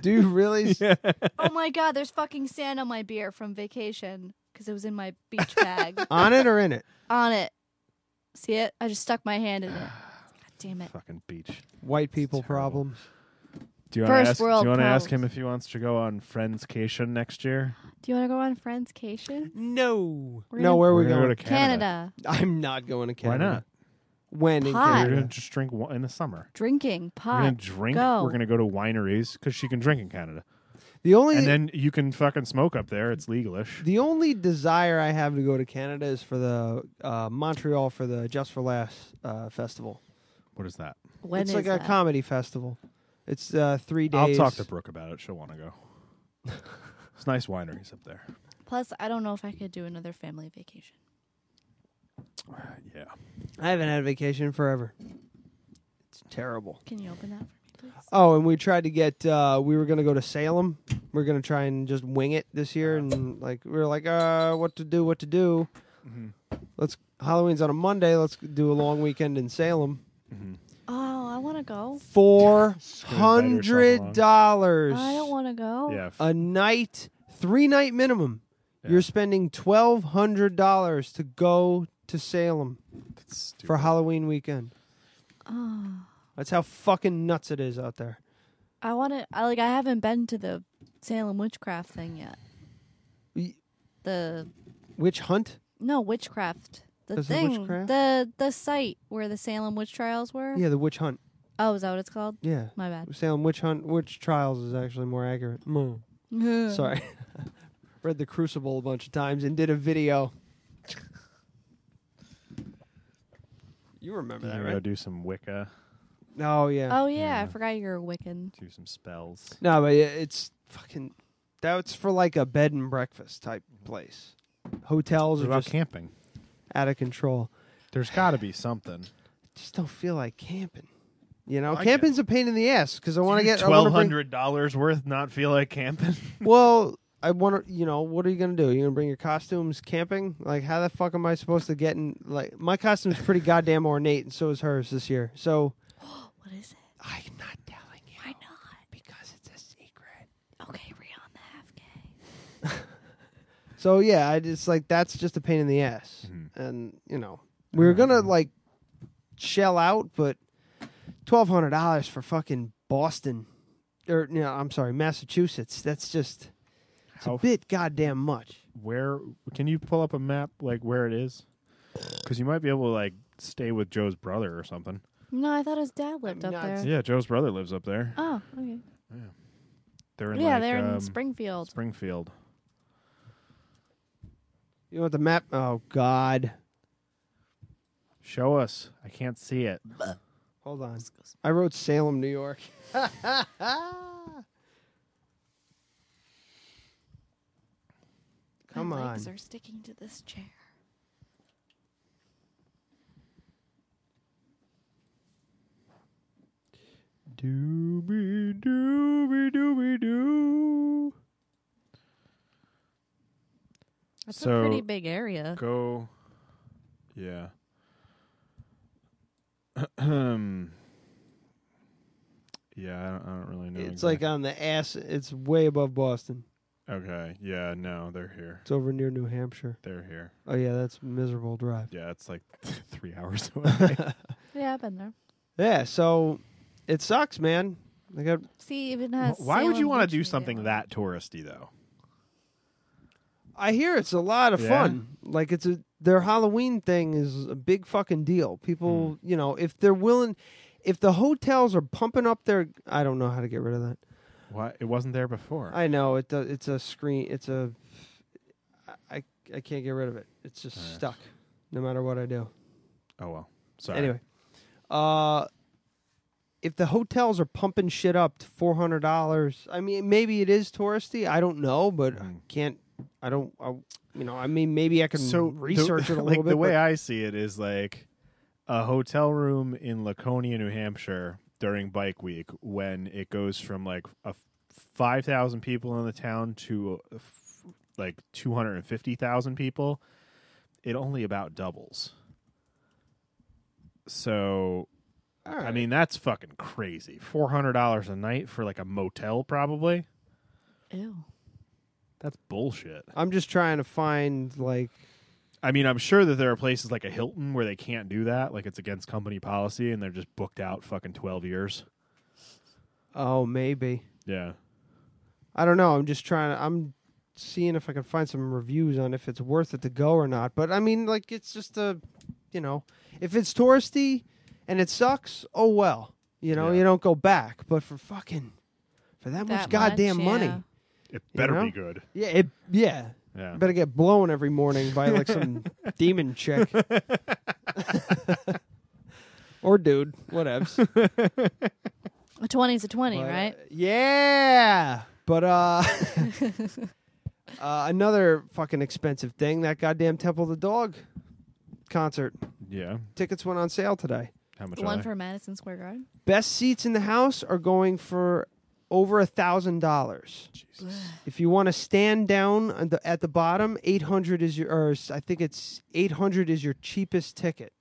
Do you really? s- Oh my god, there's fucking sand on my beer from vacation because it was in my beach bag. [laughs] On it or in it? on it. See it? I just stuck my hand [sighs] in it. God damn it. Fucking beach. White people terrible. problems. Do you want First to ask, do you world wanna ask him problems. if he wants to go on Friendscation next year? Do you want to go on friendscation? No. We're No, gonna- where are we We're gonna going? go to Canada. Canada. I'm not going to Why Canada. not? When in Pot. We're going Canada? to just drink wi- in the summer. Drinking, We're going pot. to drink. Go. We're going to go to wineries because she can drink in Canada. The only And then you can fucking smoke up there. It's legalish. the only desire I have to go to Canada is for the uh, Montreal for the Just for Laughs uh, festival. What is that? When it's is like that? a comedy festival. It's uh, three I'll days. talk to Brooke about it. She'll want to [laughs] go. it's nice wineries up there. Plus, I don't know if I could do another family vacation. Yeah. I haven't had a vacation in forever. It's terrible. Can you open that for me, please? Oh, and we tried to get. Uh, we were gonna go to Salem. We are gonna try and just wing it this year, and like we were like, uh, what to do, what to do. Let's Halloween's on a Monday. Let's do a long weekend in Salem. Oh, I want to go. Four gonna invite herself hundred along. dollars I don't want to Oh. go. Yeah. f- a night, three night minimum. Yeah. You're spending twelve hundred dollars to go to Salem that's stupid. for Halloween weekend. That's how fucking nuts it is out there. Ah. I want to. I like. I haven't been to the Salem witchcraft thing yet. Y- The Witch hunt? no witchcraft. The Is it thing. witchcraft? The the site where the Salem witch trials were. Yeah, the witch hunt. Oh, is that what it's called? Yeah. My bad. Salem witch hunt, witch trials is actually more accurate. Mm. [laughs] Sorry. [laughs] Read The Crucible a bunch of times and did a video. you remember that, Maybe I'll right? do some Wicca, Oh, yeah. Oh yeah, Yeah. I forgot you're a Wiccan. do some spells. No, but yeah, it's fucking. That's for like a bed and breakfast type place. Hotels What are about just camping? out of control. There's got to be something. Just don't feel like camping. You know, I get it. camping's a pain in the ass because I want to get I wanna twelve bring- hundred dollars worth. Not feel like camping. Well, I want to. You know, what are you gonna do? You gonna bring your costumes camping? Like, how the fuck am I supposed to get in? Like, my costume's pretty goddamn ornate, and so is hers this year. So What is it? I'm not telling you Why not? because it's a secret. Okay, Rion the half gay. So yeah, I just like that's just a pain in the ass, and you know, we were gonna like shell out, but twelve hundred dollars for fucking Boston, or no, I'm sorry, Massachusetts. That's just it's How a bit goddamn much. where can you pull up a map like where it is? Because you might be able to like stay with Joe's brother or something. No, I thought his dad lived I'm up not there. Yeah, Joe's brother lives up there. Oh, okay. They're in yeah, like, they're in um, Springfield. Springfield. You know what the map? Oh God. Show us. I can't see it. Hold on. I wrote Salem, New York. [laughs] Come My on. legs are sticking to this chair. Dooby dooby dooby doo. That's So- a pretty big area. Go. Yeah. [clears throat] Ahem. yeah, I don't, I don't really know. It's like exact- on the ass. It's way above Boston. okay. Yeah, no, they're here. It's over near New Hampshire. They're here. Oh yeah, that's miserable drive. Yeah, it's like [laughs] three [laughs] hours away. Yeah, I've been there. Yeah, so it sucks, man. I got See, [laughs] even has. Why would you want to do something that touristy though? I hear it's a lot of Yeah? fun. Like it's a their Halloween thing is a big fucking deal. People, you know, if they're willing if the hotels are pumping up their I don't know how to get rid of that. Why it wasn't there before? I know it. Does, it's a screen. It's a. I I can't get rid of it. It's just stuck, no matter what I do. oh well. Sorry. Anyway, uh, if the hotels are pumping shit up to four hundred dollars, I mean, maybe it is touristy. I don't know, but I Mm. can't. I don't. I, you know, I mean, maybe I can so the- research it a [laughs] like little bit. the way but- I see it is like a hotel room in Laconia, New Hampshire during Bike Week when it goes from like a five thousand people in the town to a f- like two hundred and fifty thousand people. It only about doubles. So All right. I mean, that's fucking crazy. Four hundred dollars a night for like a motel, probably. Ew. That's bullshit. I'm just trying to find like. I mean, I'm sure that there are places like a Hilton where they can't do that, like it's against company policy, and they're just booked out fucking twelve years. Oh, maybe. Yeah, I don't know. I'm just trying. To, I'm seeing if I can find some reviews on if it's worth it to go or not. But I mean, like, it's just a, you know, if it's touristy and it sucks, oh well. You know, Yeah. you don't go back. But for fucking, for that, much goddamn money, it better know? be good. yeah, it, yeah, Yeah, better get blown every morning by like [laughs] some demon chick. [laughs] Or dude, whatevs. A twenty's a twenty, But, right? Yeah. But uh, [laughs] uh another fucking expensive thing, that goddamn Temple of the Dog concert. yeah. Tickets went on sale today. How much? The are one they? for Madison Square Garden. Best seats in the house are going for over a thousand dollars. If you want to stand down at the, at the bottom, eight hundred is your. Or s- I think it's eight hundred is your cheapest ticket,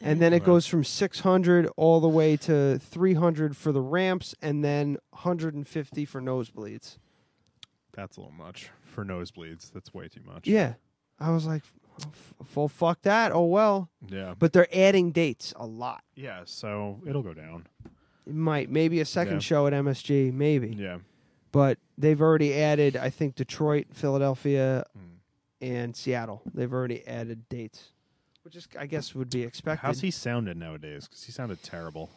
and then it Wow. goes from six hundred all the way to three hundred for the ramps, and then hundred and fifty for nosebleeds. that's a little much for nosebleeds. That's way too much. Yeah, I was like, oh, f- well, fuck that. Oh well, yeah, but they're adding dates a lot. yeah. So it'll go down. It might maybe a second Yeah. show at MSG, maybe. Yeah, but they've already added i think detroit philadelphia Hmm. and seattle they've already added dates which is i guess would be expected How's he sounded nowadays? Because he sounded terrible.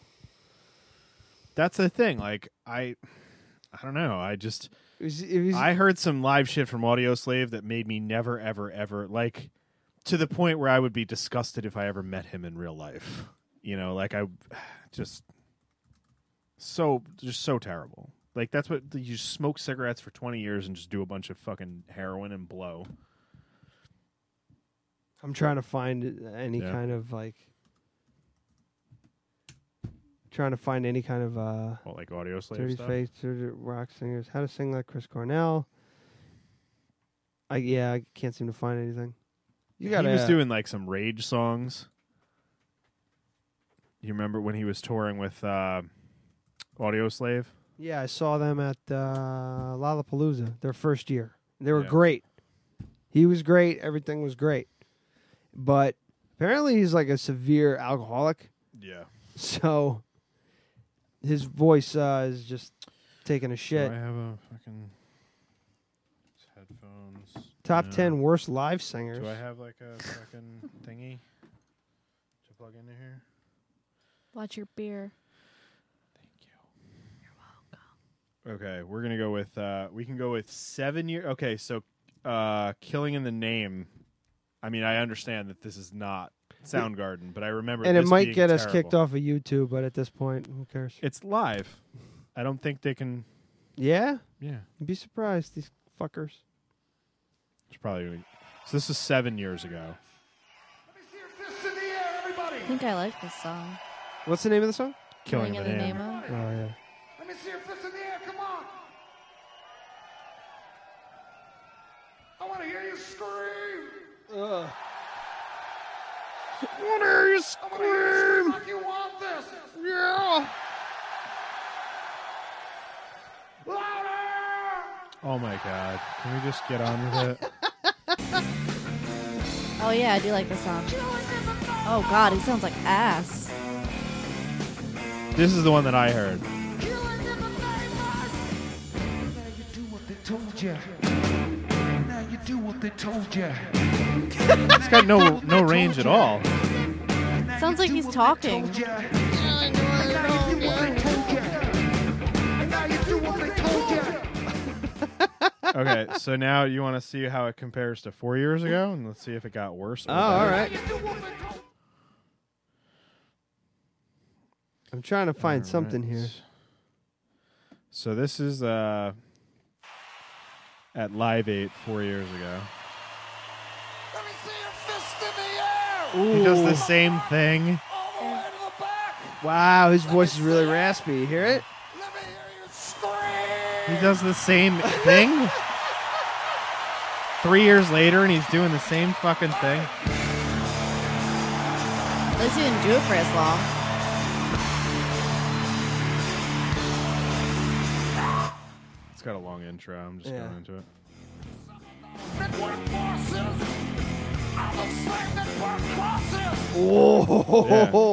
That's the thing. Like I, I don't know. I just It was, it was, I heard some live shit from Audio Slave that made me never, ever, ever like to the point where I would be disgusted if I ever met him in real life. You know, like I [sighs] just so just so terrible. Like that's what you smoke cigarettes for twenty years and just do a bunch of fucking heroin and blow. I'm trying to find any Yeah. kind of like trying to find any kind of uh Well, like Audio Slave dirty stuff. face dirty rock singers. How to sing like Chris Cornell. I yeah, I can't seem to find anything. You got he was to doing like some rage songs. You remember when he was touring with uh, Audio Slave? Yeah, I saw them at uh, Lollapalooza their first year. They were Yeah. great. He was great. Everything was great. But apparently, he's like a severe alcoholic. [laughs] Yeah. So his voice uh, is just taking a shit. I have a fucking headphones. Top No. 10 worst live singers. Do I have like a fucking thingy to plug into here? Watch your beer. Okay, we're gonna go with uh we can go with seven year okay, so uh killing in the name. I mean I understand that this is not Soundgarden, but I remember and it this might being get us kicked terrible. off of YouTube, but at this point, who cares? It's live. I don't think they can Yeah? Yeah. You'd be surprised, these fuckers. It's probably gonna- so this is seven years ago. I think I like this song. What's the name of the song? Killing, in the, name. of. Oh, yeah. Oh my god. Can we just get on with it? Oh yeah, I do like this song. Oh god, he sounds like ass. this is the one that I heard. do what they told you. Now you do what they told you. It's got no no range at all. Sounds like he's talking. okay, so now you want to see how it compares to four years ago, and let's see if it got worse. Or Oh, all better. right. I'm trying to find All something right. here. So this is uh at Live Eight four years ago. He does the same thing. Wow, his voice is really raspy. You hear it? He does the same [laughs] thing. Three years later, and he's doing the same fucking thing. At least he didn't do it for as long. It's got a long intro. I'm just Yeah. going into it. Oh,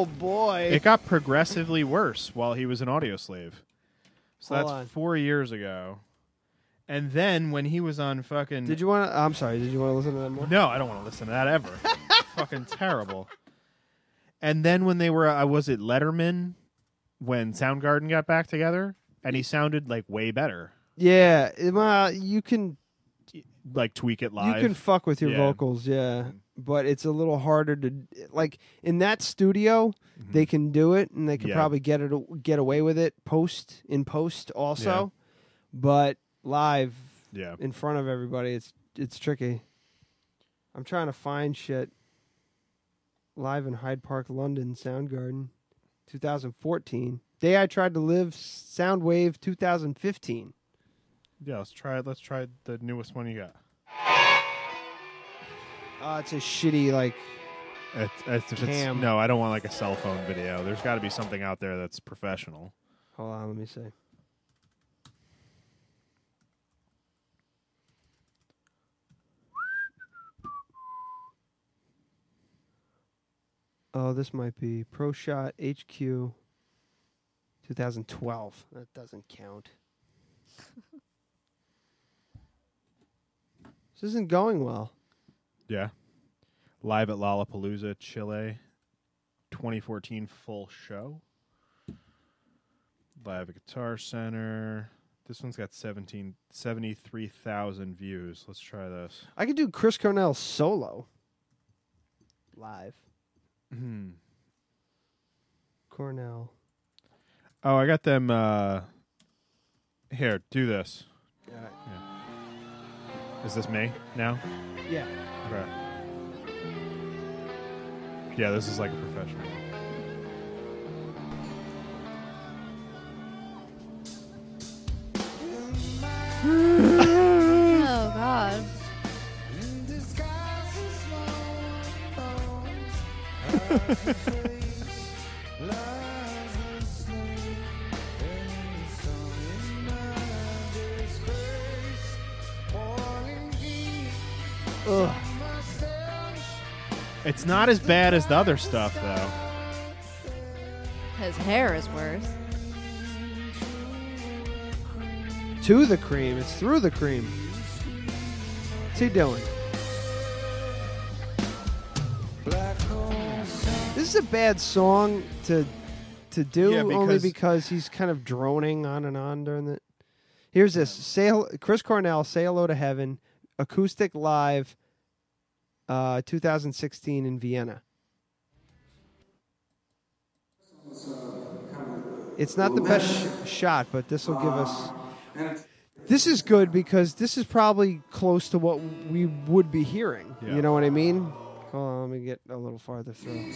Yeah. boy. It got progressively worse while he was an audio slave. So Hold that's on. four years ago. And then when he was on fucking Did you want to? I'm sorry. Did you want to listen to that more? No, I don't want to listen to that ever. Fucking terrible. And then when they were, I was it Letterman when Soundgarden got back together, and he sounded like way better. Yeah. it- Well, you can Like tweak it live. you can fuck with your Yeah. Mm-hmm. vocals, yeah. But it's a little harder to like in that studio. They can do it, and they can Mm-hmm. Yeah. probably get it get away with it post in post also. But live yeah. in front of everybody, it's it's tricky. I'm trying to find shit. Live in Hyde Park, London, Soundgarden, 2014. Day I Tried to Live, Soundwave, 2015. Yeah. Let's try. Let's try the newest one you got. Uh, it's a shitty like It's, it's, if it's, Cam. no, I don't want like a cell phone video. There's got to be something out there that's professional. Hold on, let me see. Oh, this might be Pro Shot HQ 2012. That doesn't count. this isn't going well. Yeah. Live at Lollapalooza, Chile, 2014 full show. Live at Guitar Center. This one's got 17 73,000 views. Let's try this. [clears throat] I could do Chris Cornell solo. Live. Hmm. Cornell. Oh, I got them. Uh, here, do this. Is this me now? Yeah. Okay. Yeah, this is like a professional. Oh God. Ugh. It's not as bad as the other stuff, though. His hair is worse. To the cream. It's through the cream. What's he doing? This is a bad song to to do Yeah, only because- because he's kind of droning on and on during the. Here's this. Say hel- Chris Cornell. Say hello to heaven. Acoustic live. Uh, 2016 in Vienna. It's not the best sh- shot, but this will give us. This is good because this is probably close to what we would be hearing. Yeah. You know what I mean? Hold on, let me get a little farther through.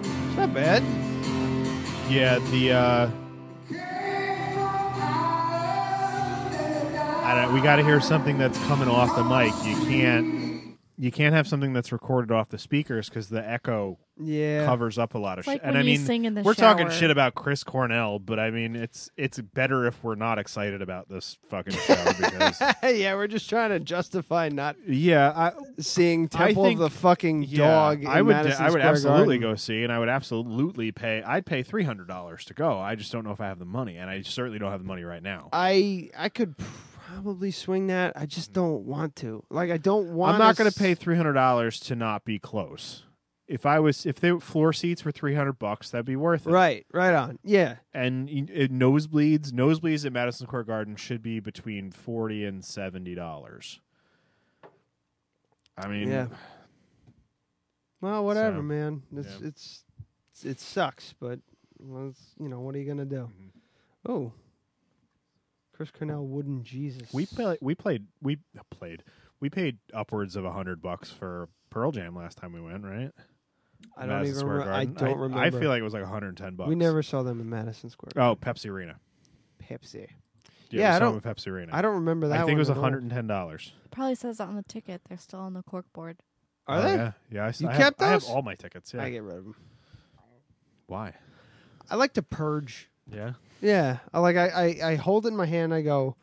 It's not bad. Yeah, the. Uh, I don't, we got to hear something that's coming off the mic. You can't. You can't have something that's recorded off the speakers because the echo Yeah. covers up a lot of like shit. And I when you mean, sing in the we're talking shower. shit about Chris Cornell, but I mean, it's it's better if we're not excited about this fucking show [laughs] [laughs] because yeah, we're just trying to justify not yeah, I, seeing I Temple think- of the fucking yeah, dog. I in would Madison I would Square absolutely Garden. go see, and I would absolutely pay. I'd pay three hundred dollars to go. I just don't know if I have the money, and I certainly don't have the money right now. I I could probably swing that. I just don't want to. Like I don't want. I'm not going to pay three hundred dollars to not be close. If I was, if the floor seats were three hundred bucks, that'd be worth it. Right, right on. Yeah, And you- it, nosebleeds, nosebleeds at Madison Square Garden should be between forty and seventy dollars. I mean, yeah. Well, whatever, So, man. It's, it's it's it sucks, but well, it's- you know what are you gonna do? Mm-hmm. Oh, Chris Cornell, wooden Jesus. we play, we played, we played, we paid upwards of hundred bucks for Pearl Jam last time we went, right? I don't Madison even. Square remember. I Garden. don't remember. I feel like it was like 110 bucks. we never saw them in Madison Square. Oh, Pepsi Arena. Pepsi. Yeah, Yeah, we I saw don't- them at Pepsi Arena. I don't remember that. I think one it was at all. 110 dollars. Probably says on the ticket. They're still on the cork board. Are they? Oh, Yeah, yeah. I, s- You I kept have, I have those? all my tickets. Yeah. I get rid of them. Why? I like to purge. Yeah. Yeah, I like I, I I hold it in my hand. I go.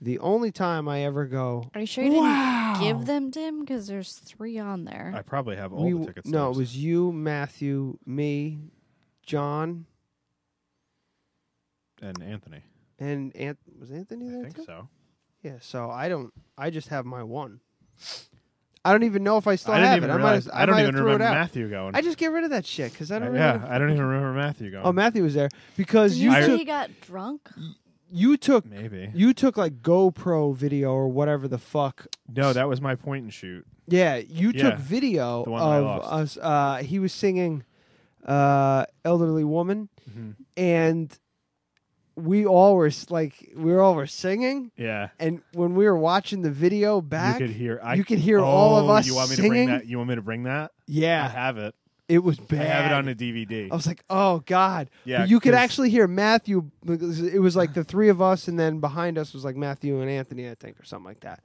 The only time I ever go. Are you sure you didn't give them to him? Because there's three on there. I probably have all we- the tickets. no, it was you, Matthew, me, John, and Anthony. and Ant. Was Anthony there I think too? so. Yeah. So I don't. I just have my one. I don't even know if I still I didn't have even it. I might. realize. Have, don't might even have threw it remember out. Matthew going. I just get rid of that shit because I don't. yeah, remember. I don't even remember Matthew going. Oh, Matthew was there because Did you you I- say took he got drunk? you took Maybe. you took like GoPro video or whatever the fuck no, that was my point and shoot. Yeah, you Yeah, took video the of one that I lost. us. Uh, he was singing uh, "Elderly Woman," Mm-hmm. and we all were s- like, we all were singing. Yeah. And when we were watching the video back, you could hear. I, you could hear all of Oh, us You want me singing. to bring that? You want me to bring that? I Yeah, have it. it was bad. I have it on a DVD. I was like, oh god. Yeah, But you could 'cause- actually hear Matthew. because It was like the three of us, and then behind us was like Matthew and Anthony, I think, or something like that.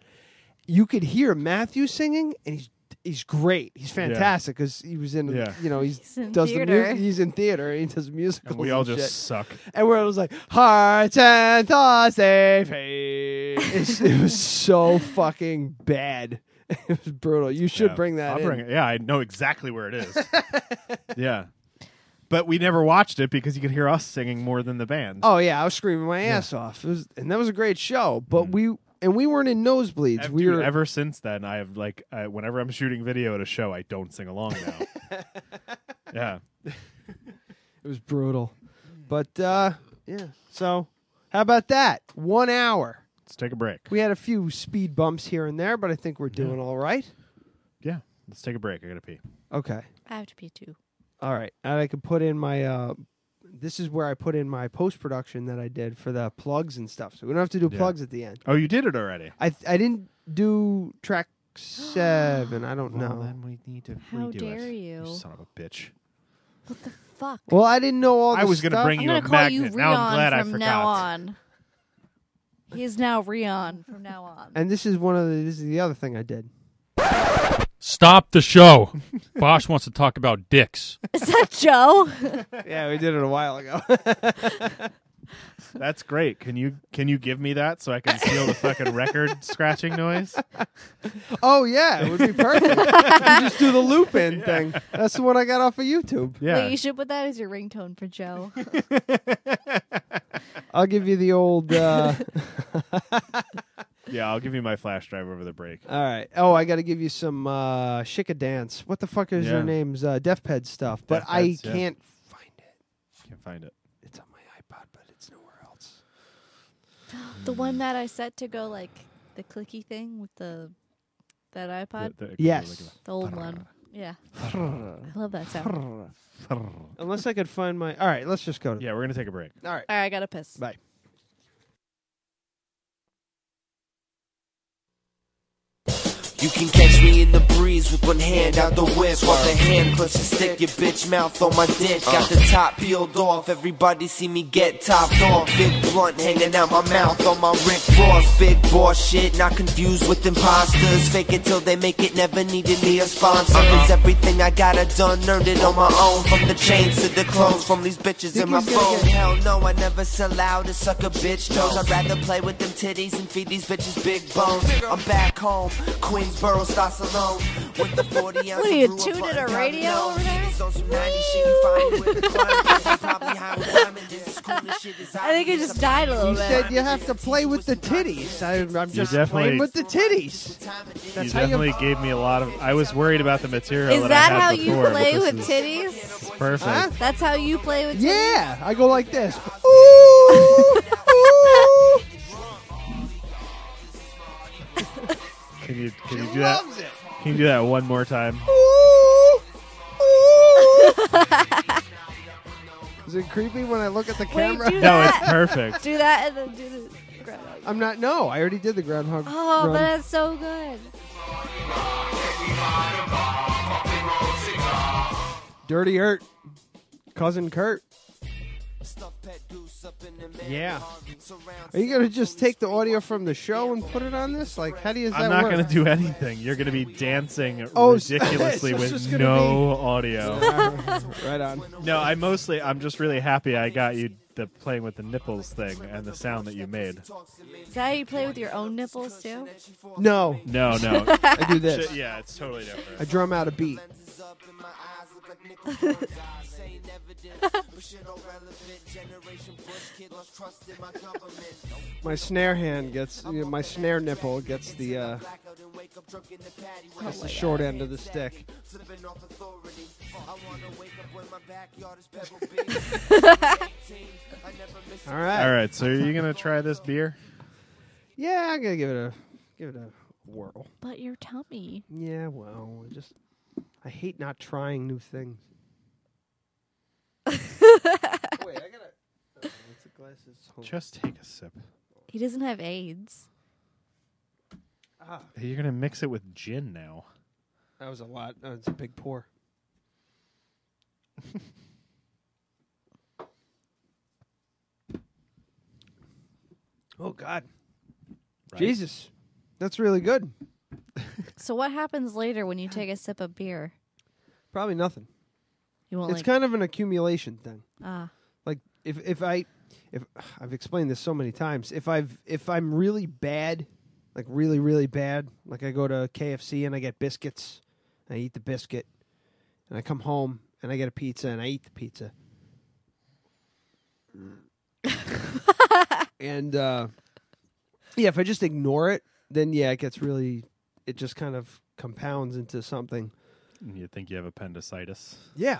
You could hear Matthew singing, and he's he's great. He's fantastic because he was in, Yeah. you know, he's, He's in does The theater. mu- he's in theater. And he does musicals. and we all and just shit. suck. and we're always like hearts and thoughts [laughs] they fade. It's- it was so fucking bad. [laughs] It was brutal. You should Yeah, bring that. I'll in. bring it. Yeah, I know exactly where it [laughs] is. yeah. But we never watched it because you could hear us singing more than the band. Oh yeah, I was screaming my ass off. It was, and that was a great show. But we and we weren't in nosebleeds. Ev- we dude, were ever since then, I have like uh, whenever I'm shooting video at a show, I don't sing along now. [laughs] yeah, It was brutal. But uh yeah. So how about that? One hour. let's take a break. We had a few speed bumps here and there, but I think we're doing all right. Yeah, let's take a break. I gotta pee. Okay. I have to pee too. All right. And I can put in my uh this is where I put in my post production that I did for the plugs and stuff. So we don't have to do Yeah. plugs at the end. Oh, you did it already. I th- I didn't do track seven. I don't Well, know. then we need to How redo it. dare you. son of a bitch! What the fuck? Well, I didn't know all. The I was gonna stuff. bring I'm you a gonna call you magnet. now I'm glad I Rion from forgot. now on. He is now Rion from now [laughs] on. And this is one of the. This is the other thing I did. Stop the show. Bosch wants to talk about dicks. Is that Joe? [laughs] yeah, we did it a while ago. [laughs] That's great. Can you can you give me that so I can steal the fucking record scratching [laughs] noise? [laughs] Oh yeah, it would be [laughs] perfect. you just do the loop in thing. That's the one I got off of YouTube. Yeah. Wait, you should put that as your ringtone for Joe. I'll give you the old. [laughs] Uh, yeah, I'll give you my flash drive over the break. all right. Oh, I got to give you some uh, Shika Dance. What the fuck is Yeah. their names? Uh, Def Ped stuff. But Def I Peds, yeah. can't find it. Can't find it. It's on my iPod, but it's nowhere else. the Mm. one that I set to go like the clicky thing with the that iPod, The- the- Yes. the [laughs] old one. Yeah, I love that sound. Unless I could find my. All right, let's just go to. Yeah, we're gonna take a break. All right. All right, I gotta piss. Bye. You can catch me in the breeze with one hand out the whip While the hand clutches stick your bitch mouth on my dick Got the top peeled off, everybody see me get topped off Big blunt hanging out my mouth on my Rick Ross Big boss shit, not confused with imposters Fake it till they make it, never need to need a sponsor It's everything I got I done, earned it on my own From the chains to the clothes, from these bitches in my phone Hell no, I never sell out and suck a bitch nose I'd rather play with them titties and feed these bitches big bones I'm back home, Queensboro starts alone With the 40 ounce What are you, brew tuned upon at a down radio low. over there? She's on some 90 shit, you find me with the climb. This is probably how I'm climbing. This is cool as shit as I think it just died a little You bit. said you have to play with the titties. I, I'm just definitely- playing with the titties. you That's how you- definitely [laughs] gave me a lot of. I was worried about the material. is that, that I had how you before, but play this with is titties? Perfect. Huh? That's how you play with titties. [laughs] Yeah, I go like this. Ooh, ooh. Can you can you do that? Can you do that one more time? Is it creepy when I look at the Wait, camera? do No, [laughs] it's that. perfect. do that and then do the groundhog. I'm not. No, I already did the groundhog. Oh, run. but that's so good. Dirty Ert, cousin Kurt. Yeah. Are you gonna just take the audio from the show and put it on this? Like, how do you? does I'm that not work? going to do anything. You're going to be dancing [laughs] Oh, so- ridiculously so it's just with gonna no [laughs] audio. right on. No, I mostly. I'm just really happy I got you the playing with the nipples thing and the sound that you made. Is that how you play with your own nipples too? No, No, [laughs] no. I do [laughs] this. yeah, it's totally different. I drum out a beat. [laughs] My snare hand gets, you know, my snare nipple gets the uh, [laughs] gets the short end of the stick. All right. All right, so are you going to try this beer? Yeah, I'm gonna give it a give it a whirl. But your tummy. Yeah, well, I just I hate not trying new things. Wait, I gotta. oh, what's the glasses? Hold on. Just take a sip. He doesn't have AIDS. You're going to mix it with gin now. That was a lot. That was a big pour. [laughs] oh God, Jesus, that's really good. So what happens later when you take a sip of beer? Probably nothing. You won't It's like kind of an accumulation thing. ah. like if if I if [sighs] I've explained this so many times, if I've if I'm really bad, like really really bad, like I go to KFC and I get biscuits, and I eat the biscuit, and I come home and I get a pizza and I eat the [laughs] pizza. and uh Yeah, if I just ignore it, then yeah, it gets really. It just kind of compounds into something. And You think you have appendicitis? Yeah.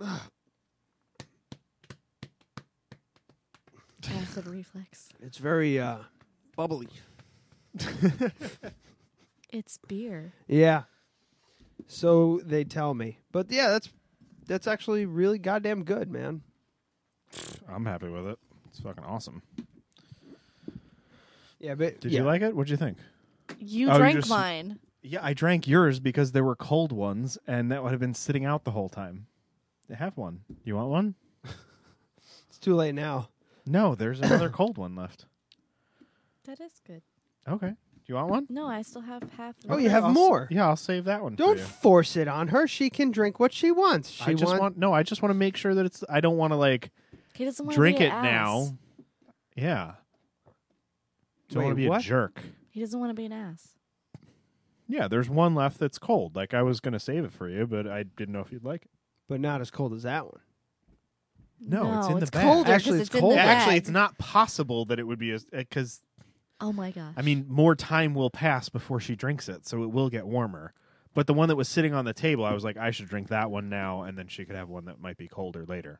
[sighs] Acid reflex. It's very uh, bubbly. It's beer. Yeah. So they tell me. But yeah, that's that's actually really goddamn good, man. I'm happy with it. It's fucking awesome. Yeah, but Did yeah. you like it? What'd you think? You Oh, you drank just- mine. Yeah, I drank yours because there were cold ones, and that would have been sitting out the whole time. They have one. You want one? It's too late now. No, there's another [coughs] cold one left. That is good. Okay. Do you want one? No, I still have half. of Oh, it. you have I'll s- more. Yeah, I'll save that one. for Don't you. force it on her. She can drink what she wants. She I just want- want, no. I just want to make sure that it's. I don't want to like He doesn't want drink to be it an ass. now. Yeah. Don't want to Wait, be what? a jerk. He doesn't want to be an ass. Yeah, there's one left that's cold. Like I was gonna save it for you, but I didn't know if you'd like it. but not as cold as that one. No, it's in the bag. colder 'cause Actually, it's, it's in colder. the bag. Actually, it's not possible that it would be because Oh my gosh. I mean, more time will pass before she drinks it, so it will get warmer. But the one that was sitting on the table, I was like, I should drink that one now, and then she could have one that might be colder later.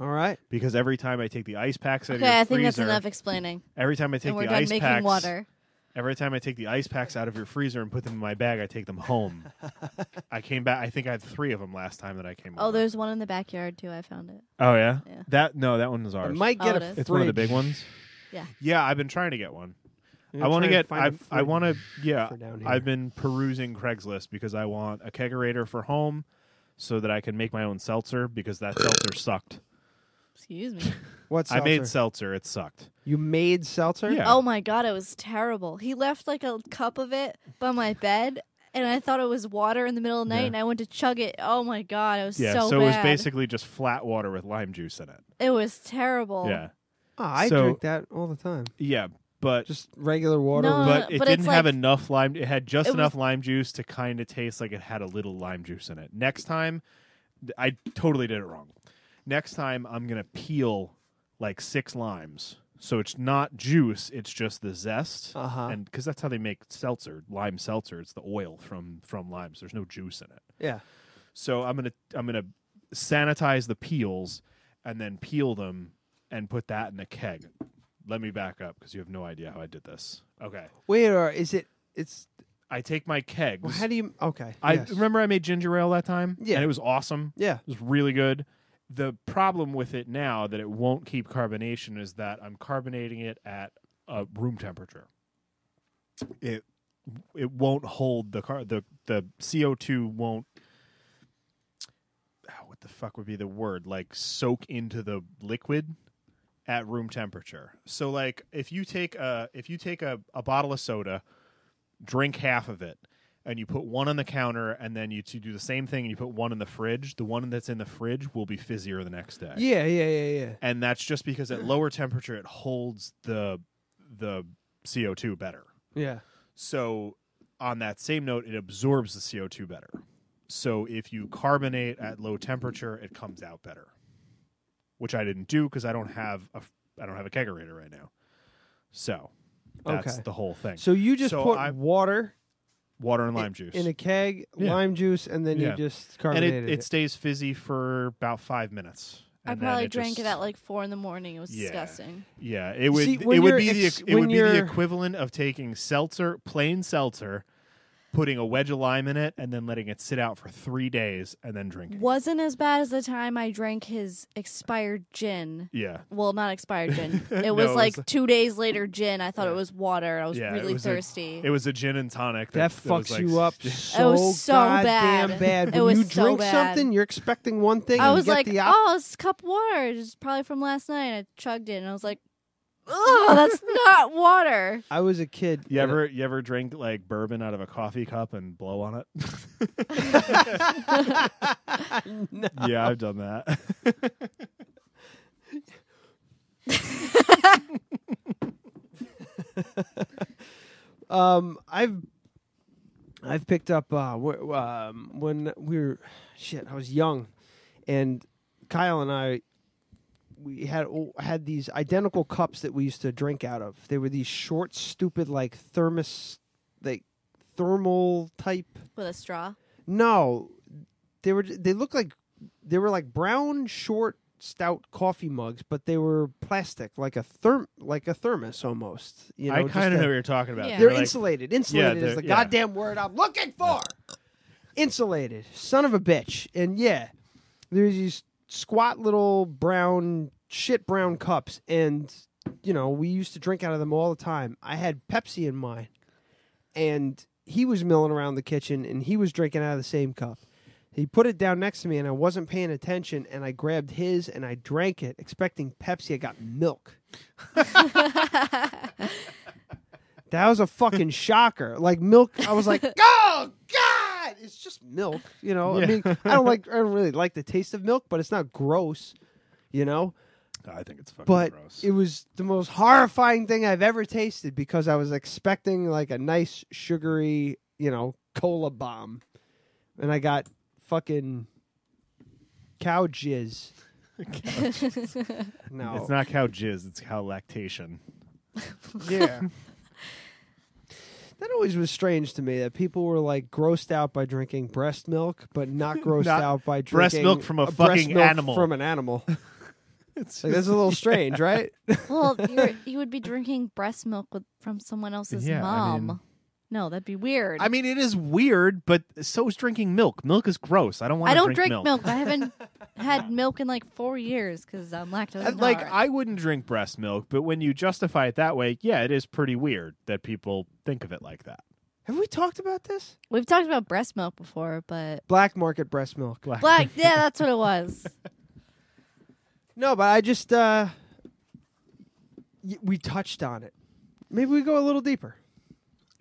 All right. Because every time I take the ice packs out of okay, your I think that's freezer, enough explaining. every time I take and we're the done ice making packs, water. every time I take the ice packs out of your freezer and put them in my bag, I take them home. [laughs] I came back. I think I had three of them last time that I came. Oh, over. there's one in the backyard too. I found it. Oh yeah? Yeah. that no, that one was I ours. might Oh, get it a is. it's one of the big fridge. ones. Yeah. Yeah, I've been trying to get one. I'm I gonna want to try and get. find a I I fridge want to. Yeah, for down here. I've been perusing Craigslist because I want a kegerator for home, so that I can make my own seltzer because that seltzer sucked. Excuse me. What seltzer? I made seltzer. It sucked. You made seltzer? Yeah. Oh my god, it was terrible. He left like a cup of it by my bed, and I thought it was water in the middle of the night, Yeah. and I went to chug it. Oh my god, it was Yeah. so, So, it was bad. basically just flat water with lime juice in it. It was terrible. Yeah. Oh, I So- drink that all the time. Yeah. But Just regular water. No, with- but it Uh, but it's didn't have like- enough lime. It had just It was- enough lime juice to kind of taste like it had a little lime juice in it. Next time, th- I totally did it wrong. Next time, I'm gonna peel like six limes, so it's not juice; it's just the zest, Uh-huh. and because that's how they make seltzer, lime seltzer. It's the oil from from limes. There's no juice in it. yeah. So I'm gonna I'm gonna sanitize the peels and then peel them and put that in a keg. Let me back up because you have no idea how I did this. Okay. Wait, or is it? It's. I take my kegs. Well, how do you? Okay. I yes. remember I made ginger ale that time. Yeah. and it was awesome. Yeah. It was really good. The problem with it now that it won't keep carbonation is that I'm carbonating it at uh, room temperature. It it won't hold the car the the CO two won't. Ah, What the fuck would be the word? Like soak into the liquid at room temperature. So like if you take a if you take a, a bottle of soda, drink half of it, and you put one on the counter, and then you two do the same thing, and you put one in the fridge. The one that's in the fridge will be fizzier the next day. Yeah, yeah, yeah, yeah. and that's just because at lower temperature it holds the the CO two better. Yeah. So on that same note, it absorbs the CO two better. So if you carbonate at low temperature, it comes out better, which I didn't do because I don't have a I don't have a kegerator right now. So that's Okay. the whole thing. So you just So put I- water Water and lime juice. in a keg, Yeah. lime juice, and then Yeah. you just and carbonated it, it stays fizzy for about five minutes. I And then probably it drank just- it at like four in the morning. It was Yeah. disgusting. Yeah, it would See, it when would you're be the ex- equ- it would when be the you're- equivalent of taking seltzer, plain seltzer, putting a wedge of lime in it, and then letting it sit out for three days and then drinking. Wasn't as bad as the time I drank his expired gin. Yeah, Well, not expired [laughs] gin. It No, was it was like like- two days later gin. I thought it was water. I was yeah, really it was thirsty. A, it was a gin and tonic That that, fucks was like- you [laughs] up so, so goddamn bad. bad. It When was you so drink bad. something, you're expecting one thing. I and was you get like, the op- oh, it's cup water. It's probably from last night. I chugged it and I was like, [laughs] oh, that's not water. I was a kid. You and ever you ever drink like bourbon out of a coffee cup and blow on [laughs] it? Yeah, I've done that. Um, I've I've picked up uh, wh- um, when we were shit. I was young, and Kyle and I we had o- had these identical cups that we used to drink out of. They were these short, stupid, like thermos, like thermal type. with a straw. No, they were. They looked like they were like brown, short, stout coffee mugs, but they were plastic, like a therm, like a thermos almost. You know, I just kind a- of know what you're talking about. Yeah. They're They're like- insulated. Insulated is they're- the yeah. goddamn word I'm looking for. Insulated, son of a bitch. And yeah, there's these squat little brown shit brown cups, and you know we used to drink out of them all the time. I had Pepsi in mine, and he was milling around the kitchen, and he was drinking out of the same cup. He put it down next to me, and I wasn't paying attention, and I grabbed his and I drank it, expecting Pepsi. I got milk. That was a fucking shocker. Like milk, I was like, oh god, it's just milk. You know, I Yeah. mean, I don't like, I don't really like the taste of milk, but it's not gross. You know, "Oh, I think it's fucking but gross. it was the most horrifying thing I've ever tasted because I was expecting like a nice sugary, you know, cola bomb, and I got fucking cow jizz. No, It's not cow jizz. It's cow lactation. [laughs] Yeah. that always was strange to me that people were like grossed out by drinking breast milk, but [laughs] not grossed Not out by drinking breast milk from a breast fucking milk animal. From an [laughs] animal. it's like, that's a little strange, right? Well, you're, you would be drinking breast milk with, from someone else's Yeah, I mom. mean- no, that'd be weird. I mean, it is weird, but so is drinking milk. Milk is gross. I don't want. I don't drink, drink milk. I [laughs] haven't had milk in like four years because I'm lactose And, like intolerant. I wouldn't drink breast milk, but when you justify it that way, yeah, it is pretty weird that people think of it like that. Have we talked about this? We've talked about breast milk before, but Black market breast milk. black. Yeah, that's what [laughs] it was. No, but I just uh y- we touched on it. Maybe we go a little deeper.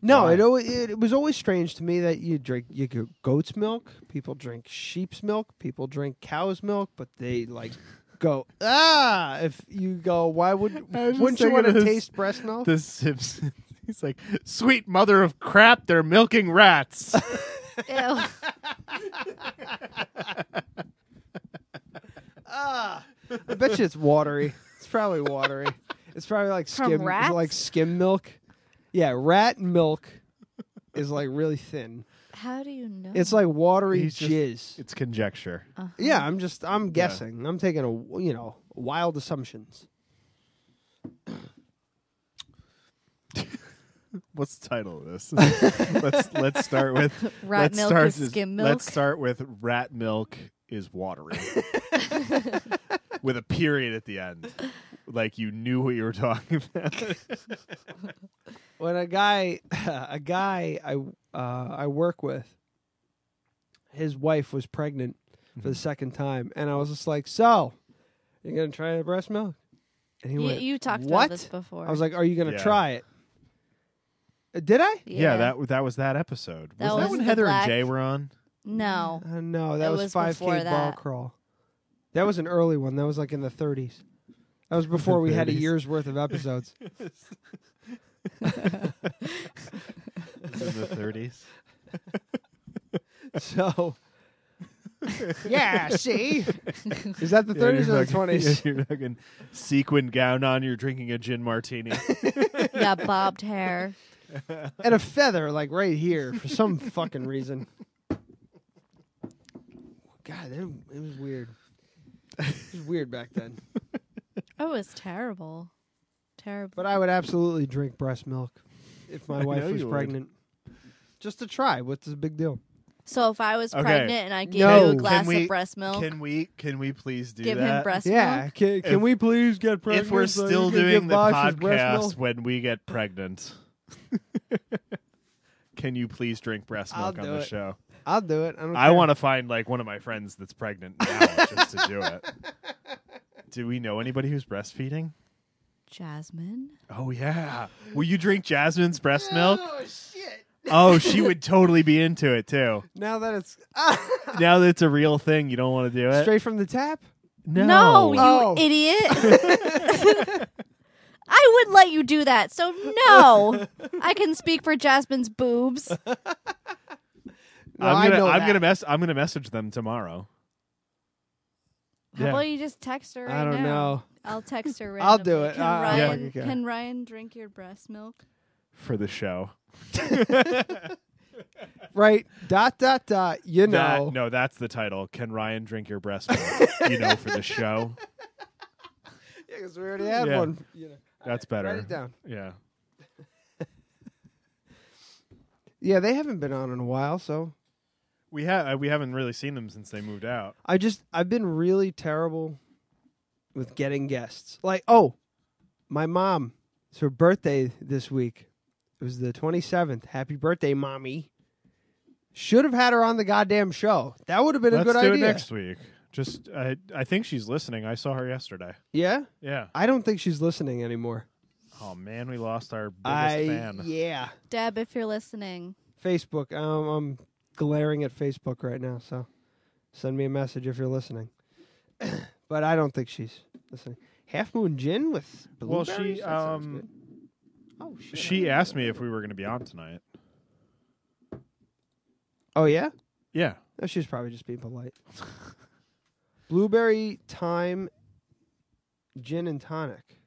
No, Why? it, always, it it was always strange to me that you drink you go goat's milk, people drink sheep's milk, people drink cow's milk, but they like go ah if you go why would [laughs] I was just wouldn't you thinking want of to this- taste breast milk? The Simpsons. [laughs] He's like, sweet mother of crap, they're milking rats. Ew. I bet you it's watery. It's probably watery. it's probably like From skim rats? like skim milk. Yeah, rat milk is like really thin. How do you know? It's like watery He's just- jizz. [laughs] it's conjecture. Uh. Yeah, I'm just I'm guessing. I'm taking a you know wild assumptions. What's the title of this? [laughs] let's let's start with [laughs] Rat let's milk start is with- skim milk? Let's start with rat milk is [laughs] watery, [laughs] with a period at the end, like you knew what you were talking [laughs] about. When a guy [laughs] a guy I uh, I work with, his wife was pregnant for Mm-hmm. the second time, and I was just like, "So, you're gonna try the breast milk?" And he you, went, you talked "What?" about this before. I was like, "Are you gonna Yeah. try it?" Uh, did I? Yeah, that that was that episode. That was, was that when the Heather black- and Jay were on? [laughs] no. Uh, no, that That was was five before k ball that. crawl. That was an early one. That was like in the 30s. That [laughs] was before we had a 30s. year's worth of [laughs] episodes. It was [laughs] in the 30s. So, [laughs] yeah, see, is that the 30s [laughs] or the 20s? You're fucking sequin gown on. You're drinking a gin martini. Yeah, bobbed hair. And a feather, like right here, for some fucking reason. God, that, it was weird. It was weird back then. Oh, it was terrible. Terrible. But I would absolutely drink breast milk if my I wife know was you would. pregnant. Just to try. What's the big deal? So if I was Okay. pregnant and I gave No. you a Can glass we- of breast milk, Can we? Can we please do give that? him breast yeah. milk. Can, can If- we please get pregnant? if we're so you still can give doing the Bosch his breast podcast milk? when we [laughs] get pregnant, can you please drink breast I'll milk on do the it. show? I'll do it. I, don't I care. want to find like one of my friends that's pregnant now just to do [laughs] it. Do we know anybody who's breastfeeding? Jasmine. [gasps] Oh yeah. Will you drink Jasmine's breast milk? Oh shit! Oh, [laughs] she would totally be into it too. Now that it's ah, Now that it's a real thing, you don't want to do it. straight from the tap. no. No, you Oh. [laughs] idiot. [laughs] I would let you do that. So no. I can speak for [laughs] Jasmine's boobs. No, I'm I gonna know I'm that. gonna mess I'm gonna message them tomorrow. How about you just text her? Right I don't now? know. I'll text her. Randomly. [laughs] I'll do it. Can, I- I Ryan, fucking care. can Ryan drink your breast milk? for the show. Right. Dot dot dot. You know. That- no, that's the title. Can Ryan drink your breast milk? [laughs] you know, for the show. Yeah, 'cause we already had Yeah. one. You know. That's better. Write it down. Yeah. Yeah, they haven't been on in a while, so We ha- uh, we haven't really seen them since they moved out. I just I've been really terrible with getting guests. Like, oh, my mom. It's her birthday this week. It was the twenty seventh. Happy birthday, mommy. Should have had her on the goddamn show. That would have been Let's a good do idea. it next week. Just I I think she's listening. I saw her yesterday. Yeah? Yeah. I don't think she's listening anymore. Oh man, we lost our biggest I fan. yeah. Deb, if you're listening, Facebook. Um, I'm glaring at Facebook right now, so send me a message if you're listening. [coughs] but I don't think she's listening. Half Moon Gin with Well, blueberries. she That sounds um good. oh shit, I she didn't- asked me if we were going to be on tonight. Oh yeah, Yeah. no, she's probably just being polite. [laughs] Blueberry thyme gin and tonic.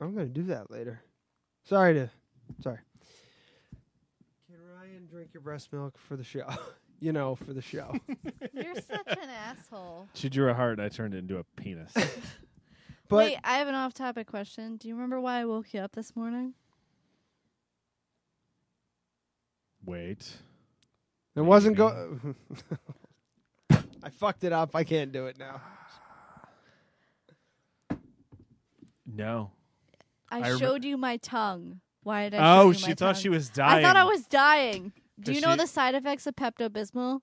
I'm gonna do that later. Sorry to, sorry. Can Ryan drink your breast milk for the show? [laughs] you know, for the show. [laughs] you're such an asshole. She drew a heart. and I turned it into a [laughs] penis. But Wait, I have an off-topic question. Do you remember why I woke you up this morning? Wait. It wasn't Maybe. go. [laughs] I fucked it up. I can't do it now. No. I, I remem- showed you my tongue. Why did I? show Oh, you she my thought tongue? she was dying. I thought I was dying. Do Does you know she- the side effects of Pepto Bismol?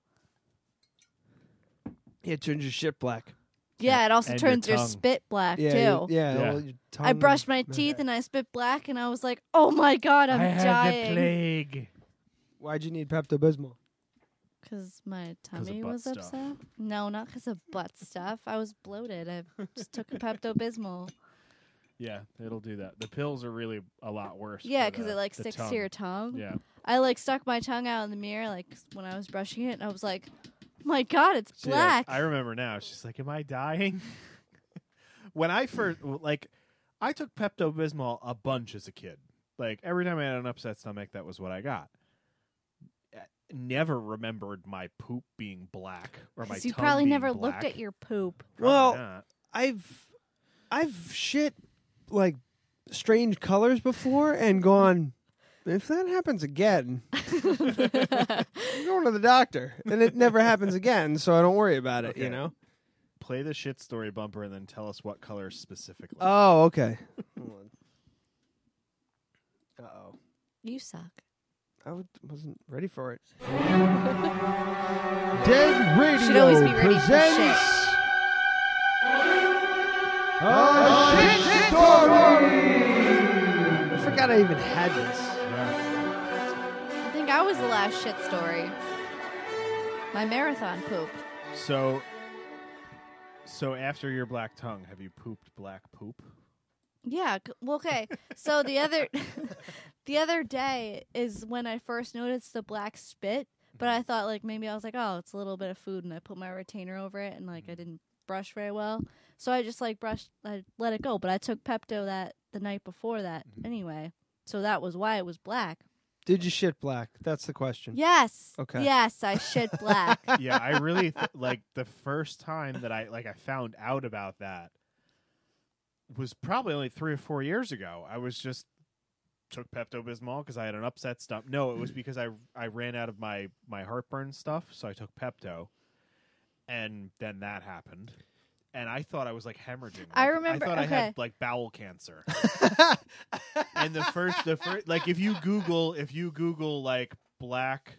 It turns your shit black. Yeah, it also And your turns your, tongue. spit black Yeah, too. you- yeah. Yeah. well, your I tongue- brushed my teeth and I spit black, and I was like, "Oh my god, I'm dying!" plague. Why'd you need Pepto Bismol? Because my 'Cause of tummy butt was stuff. upset. No, not because of butt stuff. I was bloated. [laughs] I just took a Pepto Bismol. Yeah, it'll do that. The pills are really a lot worse. Yeah, because because it like sticks to your tongue. uh, Yeah. I like stuck my tongue out in the mirror, like when I was brushing it, and I was like, "My god, it's She, like- black." I remember now. She's like, "Am I dying?" [laughs] when I first like, I took Pepto Bismol a bunch as a kid. Like every time I had an upset stomach, that was what I got. I Never remembered my poop being black or my. 'Cause you tongue probably being never black. looked at your poop. Probably Well, not. I've, I've shit like strange colors before and gone. If that happens again, I'm going to the doctor, and it never happens again, so I don't worry about it. You Okay. know. play the shit story bumper and then tell us what color specifically. Oh, okay. Uh oh. you suck. I would, wasn't ready for [laughs] it. Dead Should always be ready for shit. Oh, I forgot I even had this. I think I was the last shit story. My marathon poop. So, so after your black tongue, have you pooped black poop? Yeah. c- Well, okay. So the other, [laughs] the other day is when I first noticed the black spit. But I thought like maybe I was like, oh, it's a little bit of food, and I put my retainer over it, and Mm-hmm. like I didn't brush very well, so I just like brushed, I let it go. But I took Pepto that the night before that Mm-hmm. anyway, so that was why it was black. Did you shit black? That's the Mm. question. Yes. Okay. Yes, I shit black. [laughs] yeah, I really th- like the first time that I like I found out about that was probably only three or four years ago. I was just took Pepto Bismol because I had an upset stomach. No, it was Mm. because I I ran out of my my heartburn stuff, so I took Pepto, and then that happened. And I thought I was like hemorrhaging. I Like, remember- I thought I okay. had like bowel cancer. [laughs] and the first, the first, like if you Google, if you Google like black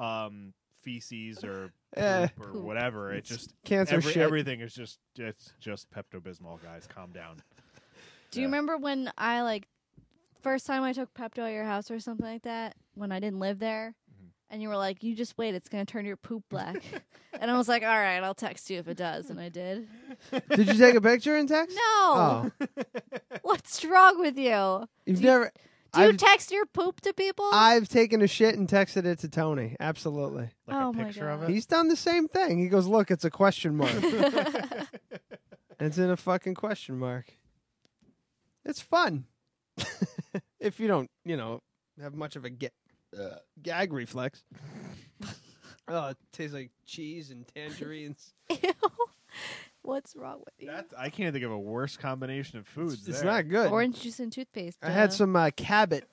um feces or Eh. poop or Poop. whatever. It just Cancer every, shit. everything is just it's just Pepto Bismol, guys. Calm down. Do Yeah. you remember when I like first time I took Pepto at your house or something like that when I didn't live there? Mm-hmm. And you were like, "You just wait; it's gonna turn [laughs] your poop black." and I was like, "All right, I'll text you if it does." And [laughs] I did. Did you take a picture in text? No, Oh, [laughs] what's wrong with you? you've Do you- never. Do you I've, text your poop to people? I've taken a shit and texted it to Tony. Absolutely. Like Oh a [laughs] my picture of God. it. [laughs] He's done the same thing. He goes, "Look, it's a question mark." It's in a fucking question mark. It's fun. [laughs] if you don't, you know, have much of a ga- uh, gag [laughs] reflex. oh, it tastes like cheese and tangerines. Ew. What's wrong with you? That's, I can't think of a worse combination of foods. It's there. not good. Orange juice and toothpaste. I had duh. some uh, Cabot.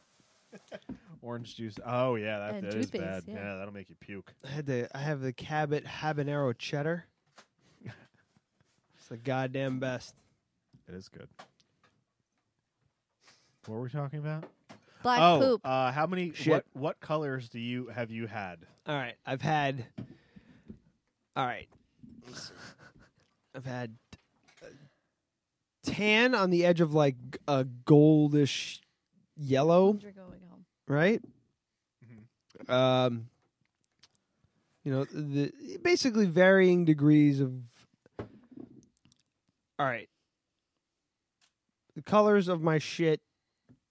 Orange juice. Oh yeah, that, And that is bad. toothpaste, yeah. that'll make you puke. I had the I have the Cabot habanero cheddar. It's the goddamn best. It is good. What were we talking about? black oh, poop. Uh, how many? Shit. What what colors do you have you had? All right, I've had. All right, I've had uh, tan on the edge of like g- a goldish yellow, You're going home. right? Um, you know, the basically varying degrees of. All right, the colors of my shit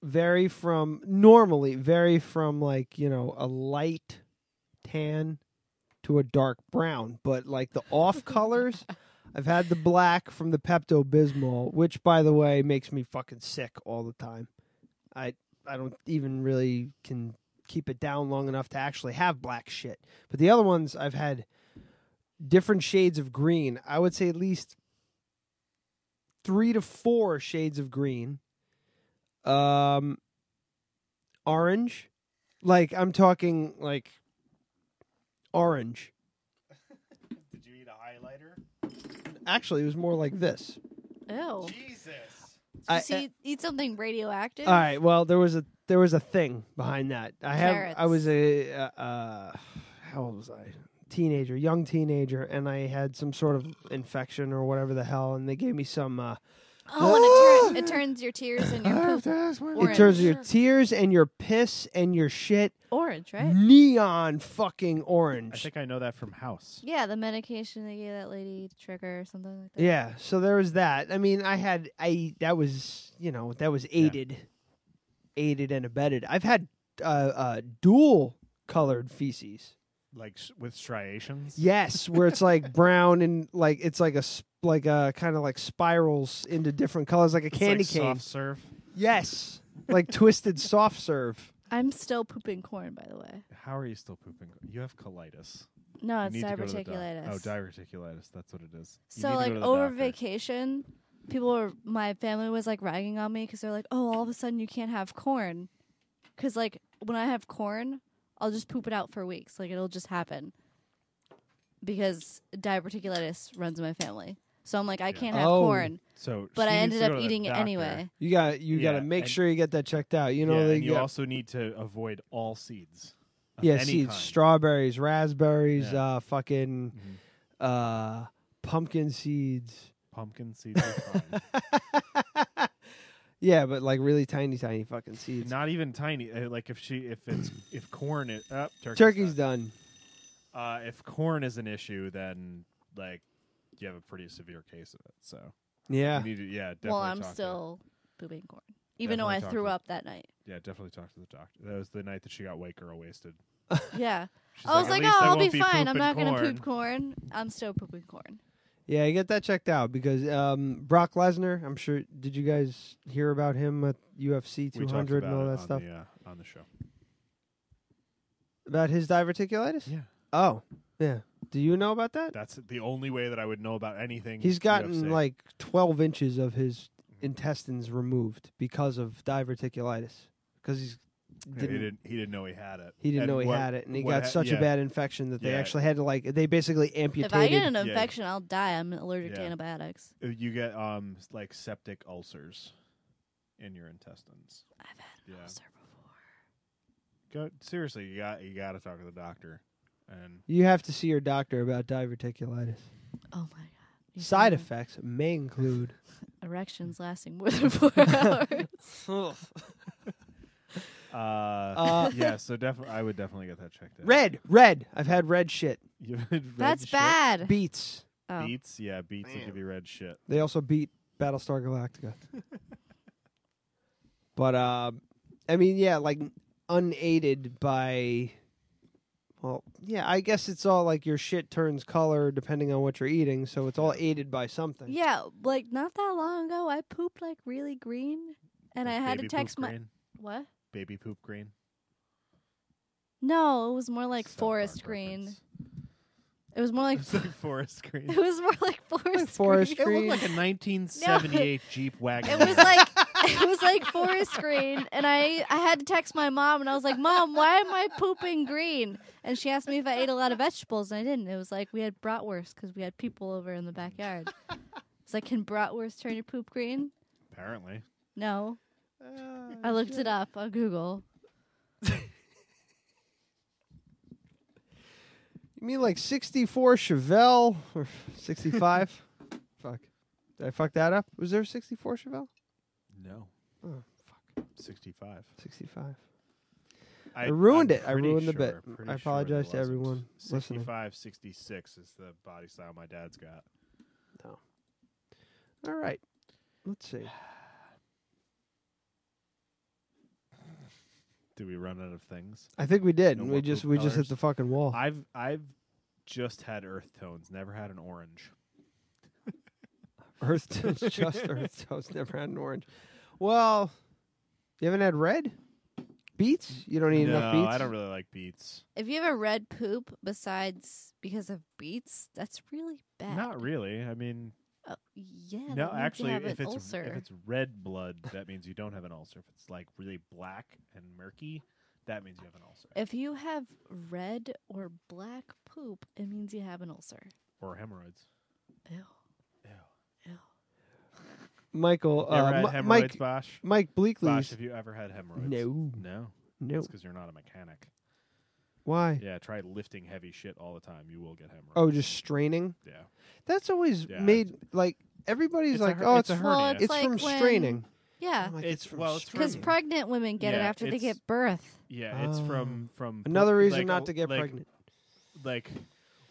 vary from normally vary from like you know a light tan to a dark brown, but like the off colors, I've had the black from the Pepto Bismol, which by the way makes me fucking sick all the time. I I don't even really can keep it down long enough to actually have black shit. But the other ones I've had different shades of green. I would say at least three to four shades of green. Um orange. Like I'm talking like orange. Did you eat a Actually, it was more like this. Ew. highlighter? Jesus. I- e so you eat something radioactive? All right. Well, there was a there was a thing behind that. I have I Carrots. was a uh, uh, how old was I? Teenager, young teenager, and I had some sort of infection or whatever the hell, and they gave me some. Uh, Oh, [gasps] and it, turn, it turns your tears and your poop it turns your tears and your piss and your shit orange, right? neon fucking I orange. think I know that from House. Yeah, the medication they gave that lady to trigger or something like that. Yeah. So there was that. I mean, I had I that was you know that was aided, aided and abetted. I've had uh, uh, dual colored feces. Like s- with striations. Yes, where it's like brown and like it's like a s- like a kind of like spirals into different colors, like a It's candy like cane. Soft serve. Yes, like twisted soft serve. I'm still pooping corn, by the way. How are you still pooping? You have colitis. No, You it's need to go to the doc- Uh, diverticulitis. Oh, diverticulitis. That's what it is. You So need to like go to the over doctor. vacation, people were my family was like ragging on me because they're like, "Oh, all of a sudden you can't have corn," because like when I have corn, I'll just poop it out for weeks. Like it'll just happen because diverticulitis runs in my family. So I'm like, I can't have Oh. corn, So, but I she needs to ended go up to the eating it doctor. anyway. You got you got to Yeah, make and- sure you get that checked out. You know, yeah, they and you got- also need to avoid all seeds. of yeah any seeds, kind. strawberries, raspberries, Yeah. uh, fucking Mhm. uh, pumpkin seeds. Pumpkin seeds are [laughs] fine. yeah, but like really tiny, tiny fucking seeds. Not even tiny. uh, Like if she, if it's, if corn is uh, turkey's, Turkey's done. done. Uh, if corn is an issue, then like you have a pretty severe case of it. So Yeah. you need to, yeah, definitely. Well, I'm talk to- still pooping corn, even Definitely though I talk threw to- up that night. yeah, definitely talk to the doctor. That was the night that she got white girl wasted. Yeah, She's I was "At like, least "Oh, I I'll be, won't fine. I'm pooping not gonna corn." poop corn. I'm still pooping corn." Yeah, get that checked out because um, Brock Lesnar. I'm sure. Did you guys hear about him at UFC We talked 200 and about all it that on stuff the, uh, on the show. about his diverticulitis? Yeah, Oh, yeah. Do you know about that? that's the only way that I would know about anything. He's gotten UFC. like 12 inches of his intestines removed because of diverticulitis. Because he's Yeah, didn't- he didn't he didn't know he had it. he didn't And know he what- had it, and he what got ha- such yeah, a bad infection that they Yeah. actually had to like they basically If I get amputated. an Yeah. infection, I'll die. I'm allergic to Yeah. antibiotics. uh, You get um s- like septic ulcers in your intestins. I've had an Yeah. ulcer before. Go seriously, you got you got to talk to the doctor. And You have to see your doctor about diverticulitis. Oh my god. You Side sound- effects may include. Erections lasting more [laughs] than four hours. uh, Uh, [laughs] yeah, so definitely I would definitely get that checked out. Red, red. I've had red [laughs] shit. [laughs] You had red That's shit? bad. Beats. Oh. Beats, yeah, beats. It could be red shit. They also beat Battlestar Galactica. but um, I mean, yeah, like unaided by Well, yeah, I guess it's all like your shit turns color depending on what you're eating, so it's all aided by something. Yeah, like not that long ago, I pooped like really green, and I had Baby to text poop my green? what? baby poop green. No, it was more like South Park forest green. It was more [laughs] like [laughs] It's like forest green. it was [laughs] more like forest forest green. It green. looked like a [laughs] 1978 Jeep wagon. It was like [laughs] it was like forest green, and I I had to text my mom, and I was like, "Mom, why am I pooping green?" And she asked me if I ate a lot of vegetables, and I didn't. It was like we had bratwurst because we had people over in the backyard. [laughs] It's like, can bratwurst turn your poop green? apparently. No, Oh, I looked it up on Google. You mean like 64 Chevelle or 65? fuck. Did I fuck that up? Was there a 64 Chevelle? No. Oh, fuck. 65. 65. I, ruined I'm it. I pretty ruined the sure- bit. pretty I sure there apologize to wasn't. everyone listening. 65, 66 is the body style my dad's got. All right. Let's see. Did we run out of things? I think we did. No we more just poop we just hit colours. the fucking wall. I've I've just had earth tones, never had an orange. Earth [laughs] toast, just earth toast. Never had an orange. Well, you haven't had red beets. You don't eat no, enough beets. I don't really like beets. If you have a red poop besides because of beets, that's really bad. Not really. I mean, Oh, yeah. that no, means you actually, have if an it's ulcer. if it's red blood, that means you don't have an ulcer. If it's like really black and murky, that means you have an ulcer If you have red or black poop, it means you have an ulcer. or hemorrhoids. Ew. Michael, You ever uh, had Mi- hemorrhoids, Mike, Bosh? Mike Bleakley. Bosh, have you ever had hemorrhoids? No, No. no. because you're not a mechanic. Why? Yeah, try lifting heavy shit all the time. You will get hemorrhoids. Oh, just straining. yeah. That's always Yeah, made like everybody's It's a like, her- oh, it's it's a from- hernia. Well, it's it's like from when- straining. Oh Yeah. I'm like, It's- well, it's from- Because straining. pregnant women get it Yeah, after they it's- get birth. Yeah, it's from from Ah. another like- reason like- not to get like- pregnant. Like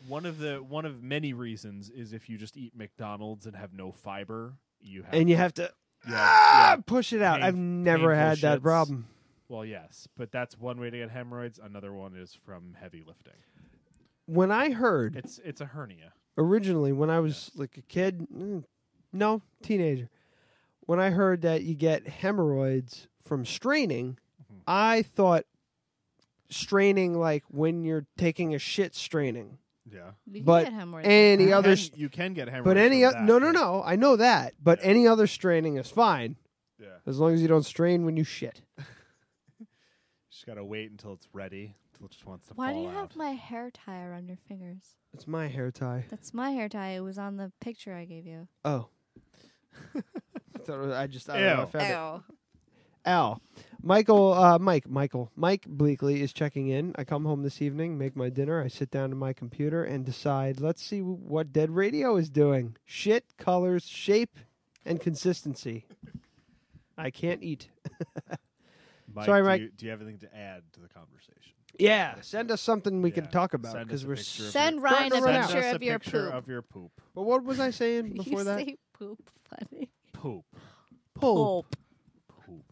one of the one of many reasons is if you just eat McDonald's and have no fiber, you have And you have to yeah, ah, yeah. push it out. I've Pain- never painful had that shits. problem. Well, yes, but that's one way to get hemorrhoids. Another one is from heavy lifting. When I heard It's it's a hernia. originally when I was like a kid, mm, no, teenager, when I heard that you get hemorrhoids from straining, Mm-hmm. I thought straining like when you're taking a shit straining. Yeah. You can But get hemorrhoids. Any you other can, s- you can get hemorrhoids. but any from o- that, no no yeah. no, I know that, but Yeah. any other straining is fine Yeah. as long as you don't strain when you shit. Just gotta wait until it's ready. Until it just wants to Why do fall you out. have my hair tie around your fingers? It's my hair tie. That's my hair tie. It was on the picture I gave you. Oh. [laughs] I thought it was- I just I don't know, I Ew. found it. Ow. Michael, uh, Mike, Michael, Mike Bleakley is checking in. I come home this evening, make my dinner. I sit down to my computer and decide, let's see what Dead Radio is doing. Shit, colors, shape, and consistency. I can't eat. Mike, Sorry, do Mike. You, do you have anything to add to the conversation? Yeah, send us something we can Yeah, talk about send us because a we're. picture S- of Send your- Ryan Send a us picture us of your picture poop. of your poop. but what was I saying before [laughs] you that? say poop funny. Poop. [laughs] Poop, Poop.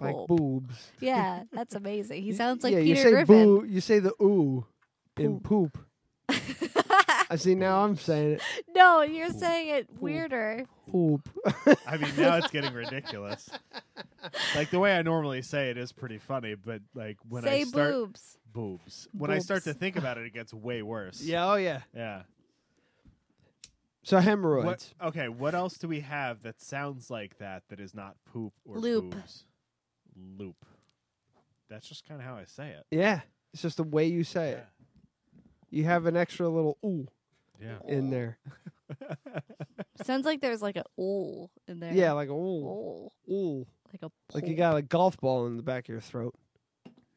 like Poop. boobs. Yeah, that's [laughs] amazing. He sounds like yeah, you Peter say Griffin. boo. You say the ooh in poop. I see. Now I'm saying it. No, you're saying it weirder. Poop. I mean, now it's getting [laughs] ridiculous. Like the way I normally say it is pretty funny, but like when say I start boobs. boobs, when I start to Boobs. think about it, it gets way worse. yeah. Oh yeah. yeah. So hemorrhoids. What, okay, what else do we have that sounds like that that is not poop or Loop. boobs? Loop. That's just kind of how I say it. Yeah. It's just the way you say it. You have an extra little ooh Yeah. in there. Sounds like there's like an owl in there. Yeah, like a ooh. owl. Ooh. Like a Like you pole. got a golf ball in the back of your throat.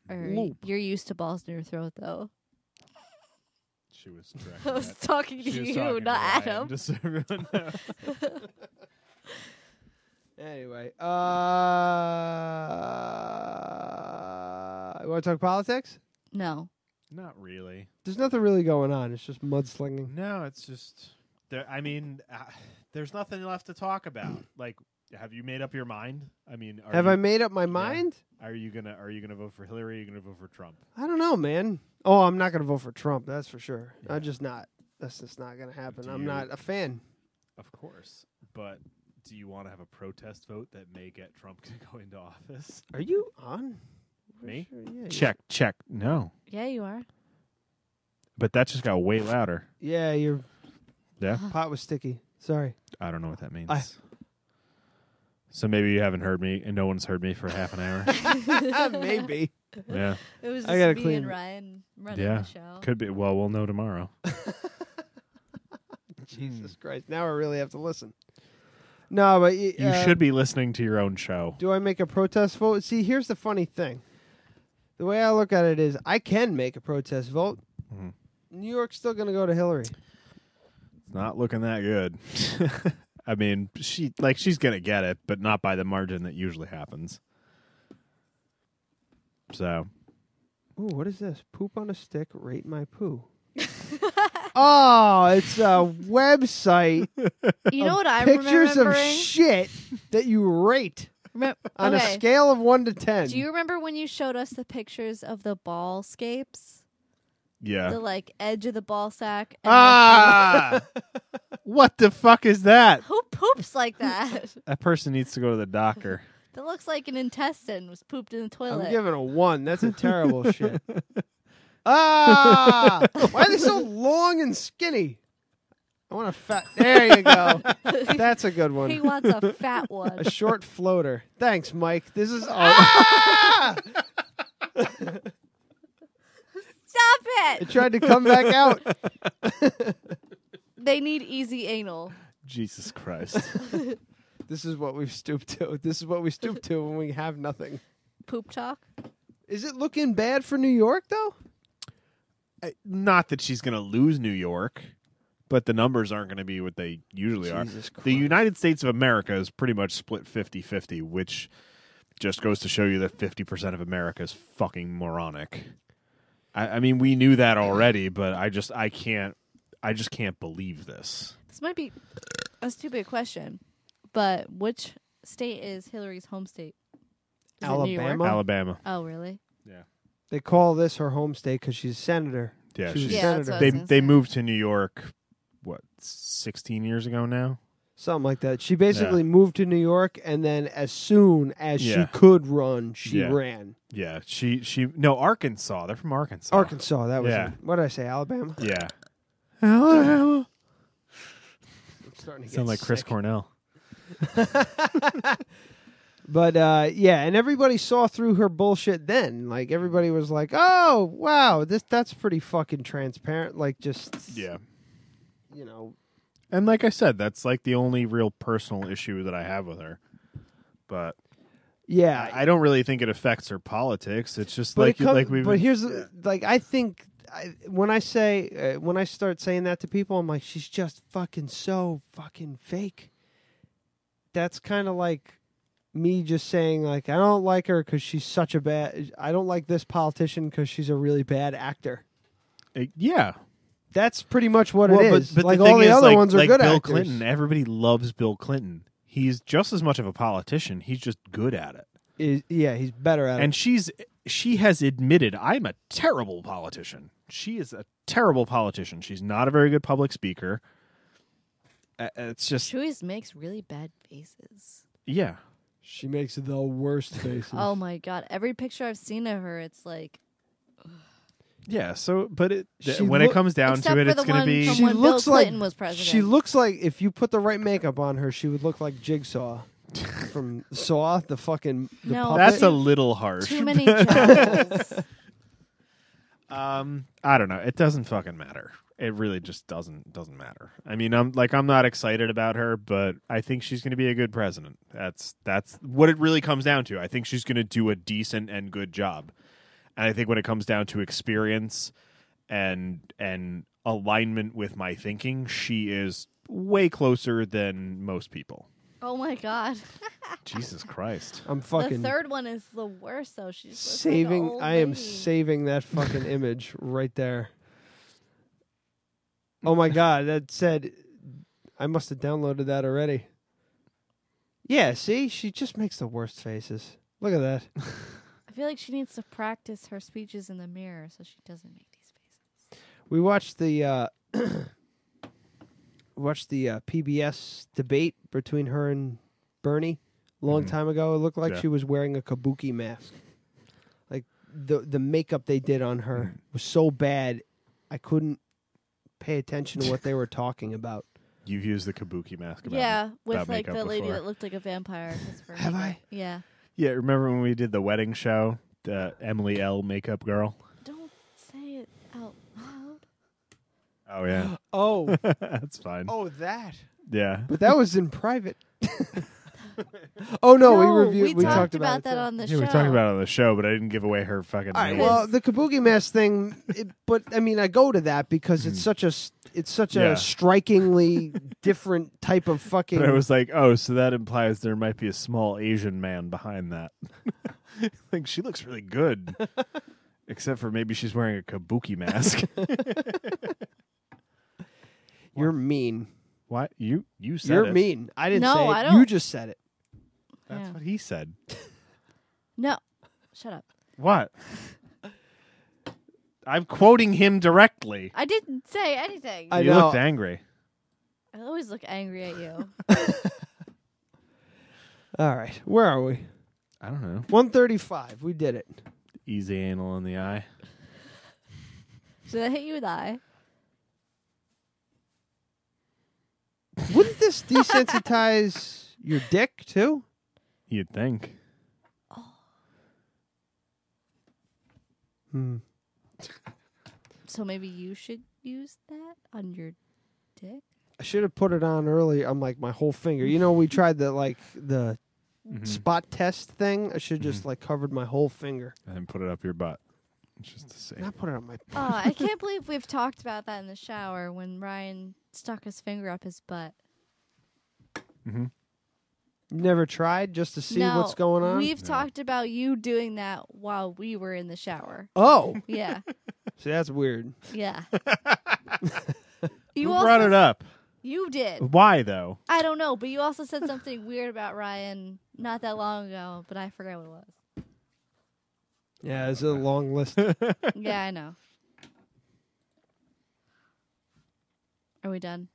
Or loop. You're used to balls in your throat though. [laughs] She was correct. I was [laughs] talking to She was Oh, you, talking not to Ryan, Adam. Just so [laughs] everyone knows. Anyway, uh you want to talk politics? No. Not really. There's nothing really going on. It's just mudslinging. [clears throat] No, it's just. There, I mean, uh, there's nothing left to talk about. Like have you made up your mind? I mean, are Have you- I made up my Yeah. mind? Are you gonna Are you gonna vote for Hillary? Or are you gonna vote for Trump? I don't know, man. Oh, I'm not going to vote for Trump. That's for sure. I'm just not. That's just not going to happen. Do I'm you- not a fan. Of course, but do you want to have a protest vote that may get Trump [laughs] to go into office? Are you on? Me? Sure, yeah, you- Check, check. No, Yeah, you are. but that just got way louder. Yeah, your Yeah, pot was sticky. [laughs] Sorry. I don't know what that means. I- so maybe you haven't heard me, and no one's heard me for half an hour. Uh, Maybe. yeah, It was I just gotta me clean- and Ryan running yeah, the show. could be. Well, we'll know tomorrow. Hmm. Jesus Christ. Now I really have to listen. No, but y- You uh, should be listening to your own show. Do I make a protest vote? See, here's the funny thing. The way I look at it is, I can make a protest vote. Mhm. New York's still going to go to Hillary. It's not looking that good. [laughs] I mean, she like she's gonna get it, but not by the margin that usually happens. So Ooh, what is this? Poop on a stick. Rate my [laughs] poo. oh, it's a website. You know what [laughs] I'm pictures of remembering? shit that you rate Remem- on okay. a scale of one to ten. Do you remember when you showed us the pictures of the ball scapes? The yeah, like edge of the ball sack. and, like, ah, what the fuck is that? [laughs] who [laughs] poops like that? That person needs to go to the doctor. that looks like an intestine was pooped in the toilet. I'm giving a one. That's a [laughs] terrible shit. [laughs] Ah, why are they so long and skinny? I want a fat. There you go. [laughs] [laughs] That's a good he one. wants a fat one. A short floater. Thanks, Mike. This is. [laughs] Ah! Stop It it! tried to come back out. They need easy anal. Jesus Christ! This is what we've stooped to. This is what we stoop to when we have nothing. Poop talk. Is it looking bad for New York though? I- not that she's gonna lose New York, but the numbers aren't gonna be what they usually are. Jesus The Christ. United States of America is pretty much split 50-50, which just goes to show you that 50% of America is fucking moronic. I, I mean, we knew that already, but I just I can't I just can't believe this. This might be a stupid question, but which state is Hillary's home state? Is it New York? Alabama? Well- Alabama. Oh, really? They call this her home state because she's a senator. she Yeah, was she's- a Yeah, that's senator. what I They was gonna they say. moved to New York what 16 years ago now? Something like that. She basically moved to New York, and then as soon as Yeah. she could run, she Yeah. ran. Yeah, she she no, Arkansas. They're from Arkansas. Arkansas, that was Yeah. it. What did I say? Alabama? Yeah. Alabama. I'm starting to Sound get like Chris sick. Cornell. But uh, yeah, and everybody saw through her bullshit then. Like everybody was like, "Oh, wow, this that's pretty fucking transparent." Like just you know, And like I said, that's like the only real personal issue that I have with her. But yeah. I, I don't really think it affects her politics. It's just but like it comes, like we but here's the like I think I, when I say uh, when I start saying that to people, I'm like, she's just fucking so fucking fake. That's kind of like me just saying like I don't like her because she's such a bad. I don't like this politician because she's a really bad actor. yeah. That's pretty much what Well, it but, is. but like the all thing the is, other like- ones are like good Bill actors. Clinton. Everybody loves Bill Clinton. He's just as much of a politician. He's just good at it. Is- yeah, he's better at And it. she's she has admitted I'm a terrible politician. She is a terrible politician. She's not a very good public speaker. Uh, It's just She always makes really bad faces. yeah. She makes the worst faces. Oh my god! Every picture I've seen of her, it's like Yeah. So, but it th- She when it look- comes down except to it, for it's the going to one be from she when Bill looks Clinton like was president. She looks like if you put the right makeup on her, she would look like [laughs] Jigsaw from Saw, the fucking the No, puppet. [laughs] that's a little harsh. [laughs] too many jowls. um, I don't know. It doesn't fucking matter. It really just doesn't doesn't matter. I mean, I'm like I'm not excited about her, but I think she's going to be a good president. That's that's what it really comes down to. I think she's going to do a decent and good job. And I think when it comes down to experience and and alignment with my thinking, she is way closer than most people. oh my god! Jesus Christ. I'm fucking the third one is the worst though. She's saving. I am saving saving. [laughs] that fucking image right there. Oh my god, that said, I must have downloaded that already. Yeah, see, she just makes the worst faces. Look at that. I feel like she needs to practice her speeches in the mirror so she doesn't make these We watched the uh [clears throat] we watched the uh, PBS debate between her and Bernie a long time ago. It looked like Yeah. she was wearing a kabuki mask. Like the the makeup they did on her was so bad I couldn't pay attention to what they were talking about. You've used the kabuki mask. About Yeah, with about like makeup the lady before. that looked like a vampire. 'cause [laughs] for Have makeup- Yeah. Yeah, remember when we did the wedding show, the Emily L makeup girl? Don't say it out loud. [gasps] Oh yeah, [laughs] Oh. that's fine. [laughs] oh, that. Yeah, But that was in private. [laughs] oh no, No, we reviewed we we talked, talked about, about it, that too. on the yeah, show. we talked about it on the show, but I didn't give away her fucking. All right. name. Well, the kabuki mask thing, it, but I mean, I go to that because it's such a s- it's such Mm. Yeah. a strikingly different type of fucking. [laughs] But I was like, oh, so that implies there might be a small Asian man behind that. [laughs] like she looks [laughs] really good, except for maybe she's wearing a kabuki mask. [laughs] You're mean. what you you said? You're it. mean. I didn't No, say it. I You don't. just said it. That's Yeah. what he said. No. Shut up. [laughs] What? I'm quoting him directly. I didn't say anything. I, I you know. looked angry. always look angry at [laughs] you. All right. Where are we? I don't know. One thirty-five. We did it. Easy anal in the eye. Did I hit you with eye? Wouldn't this desensitize your dick too? You'd think. Hmm. So maybe you should use that on your dick. I should have put it on earlier. I'm like my whole finger. You know, we tried the like the Hmm. spot test thing. I should have just like covered my whole finger. And then put it up your butt. It's just the same. Not put it on my. Oh, [laughs] I can't believe we've talked about that in the shower when Ryan stuck his finger up his butt. Never tried just to see No, what's going on. We've talked about you doing that while we were in the shower. Oh, Yeah, see, that's weird. yeah. [laughs] [laughs] you Who also, brought it up? You did. Why though? I don't know, but you also said something weird about Ryan not that long ago, but I forgot what it [laughs] was. Yeah, it's a long list. Yeah, I know. Are we done?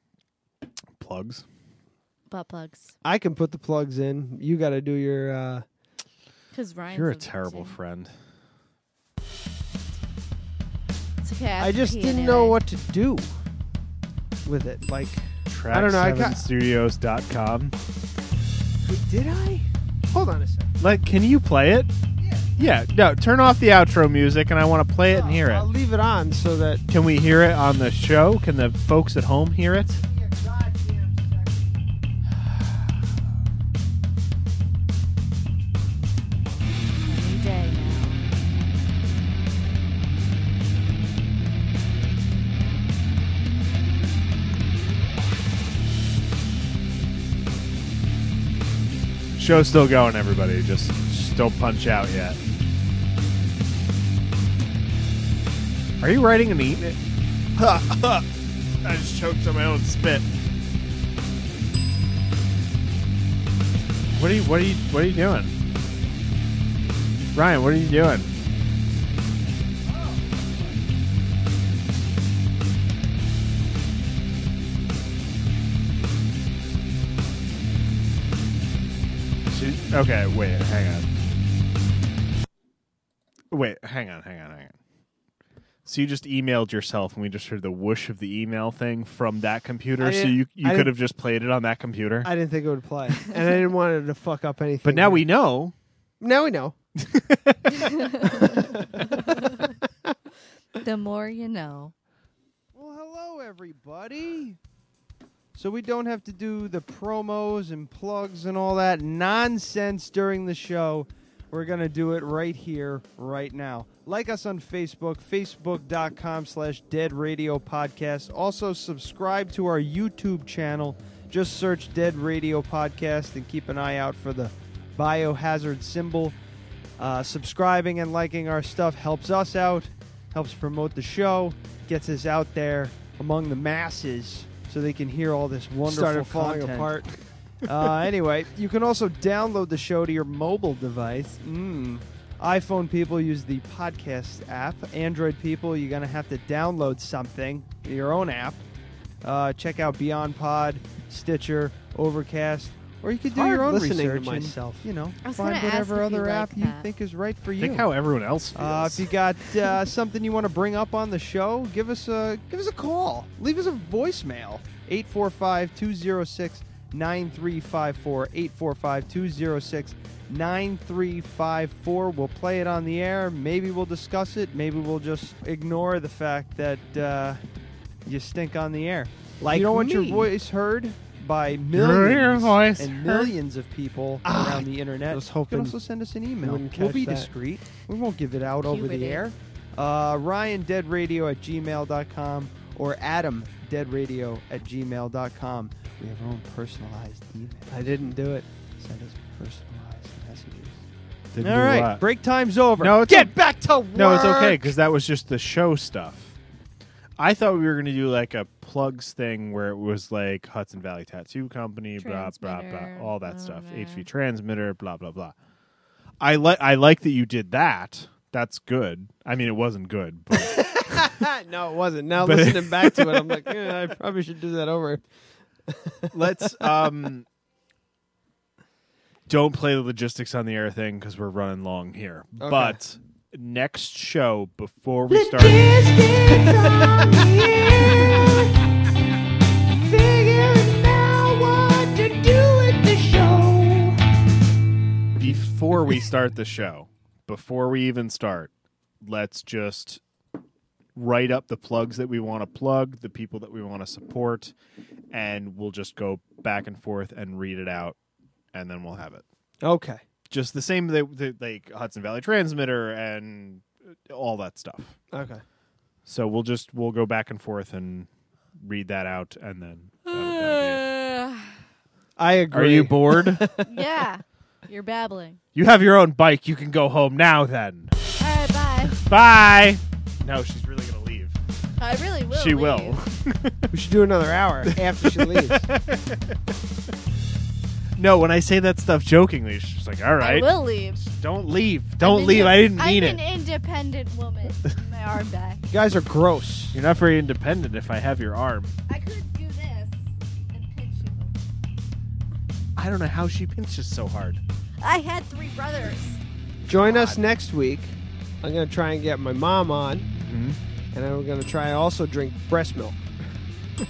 Plugs. Butt plugs. I can put the plugs in. You got to do your. uh Because Ryan's You're a the terrible virgin. friend. It's okay. have I to just pee didn't anyway. know what to do with it. Like, Track I don't know, I got- Studios.com. wait, did I? Hold on a second. Like, can you play it? Yeah. No, turn off the outro music, and I want to play it and hear I'll it. leave it on so that. Can we hear it on the show? Can the folks at home hear it? Every day now. Show's still going, everybody. Just, just don't punch out yet. Are you writing and eating it? [laughs] I just choked on my own spit. What are you? What are you? What are you doing, Ryan? What are you doing? She, okay, wait, hang on. Wait, hang on, hang on, hang on. So you just emailed yourself, and we just heard the whoosh of the email thing from that computer. I So didn't- you you I could didn't- have just played it on that computer. I didn't think it would play, and I didn't want it to fuck up anything. but now we know. now we know. The more you [laughs] know. Well, hello everybody. So we don't have to do the promos and plugs and all that nonsense during the show. We're gonna do it right here, right now. Like us on Facebook, facebook.com slash dead radio podcast. Also subscribe to our YouTube channel. Just search Dead Radio Podcast and keep an eye out for the biohazard symbol. Uh, subscribing and liking our stuff helps us out, helps promote the show, gets us out there among the masses so they can hear all this wonderful Started falling content. apart. uh, anyway, you can also download the show to your mobile device. Mm. iPhone people use the podcast app. Android people, you're going to have to download something, your own app. Uh, check out Beyond Pod, Stitcher, Overcast, or you could do Hard your own listening to research and, myself. you know, I was find gonna ask whatever if you other like app you that. think is right for you. Think how everyone else feels. Uh, if you got [laughs] uh, something you want to bring up on the show, give us a give us a call. Leave us a voicemail. 845-206-9354. 845-206-9354. We'll play it on the air. Maybe we'll discuss it. Maybe we'll just ignore the fact that uh, you stink on the air. Like you don't want your me. voice heard by your millions voice and heard. Ah, millions of people around the internet. I was you hoping- can also send us an email. wouldn't We'll catch be that. discreet. We won't give it out over the Puberty. air. Uh, RyanDeadRadio at gmail.com or AdamDeadRadio at gmail.com. We have our own personalized email. I didn't do it. Send us personalized messages. Didn't All do a right, lot. break time's over. No, it's Get o- back to work. uh, No, it's okay because that was just the show stuff. I thought we were going to do like a plugs thing where it was like Hudson Valley Tattoo Company, blah blah blah, Transmitter, all that blah, stuff. blah. HV transmitter, blah blah blah. I like I like that you did that. That's good. I mean, it wasn't good, but no, it wasn't. Now But- [laughs] listening back to it, I'm like, eh, I probably should do that over. let's um don't play the logistics on the air thing because we're running long here. Okay. But next show before we start. before we start the show, before we even start, let's just write up the plugs that we want to plug, the people that we want to support, and we'll just go back and forth and read it out, and then we'll have it. Okay. Just the same that, that like Hudson Valley Transmitter and all that stuff. Okay. So we'll just we'll go back and forth and read that out, and then. that'll- that'll be it. I agree. Are you bored? [sighs] yeah, you're babbling. you have your own bike. You can go home now. Then All right, bye. bye. No, she's really gonna leave. I really will. she leave. will. we should do another hour after [laughs] she leaves. [laughs] No, when I say that stuff jokingly, she's like, "All right, I will leave. don't leave, don't I'm leave." inde- I didn't mean I'm it. an [laughs] independent woman. My arm back. you guys are gross. You're not very independent if I have your arm. I could do this and pinch you. I don't know how she pinches so hard. I had three brothers. Join us next week. I'm going to try and get my mom on, Mm-hmm. and I'm going to try and also drink breast milk. [laughs]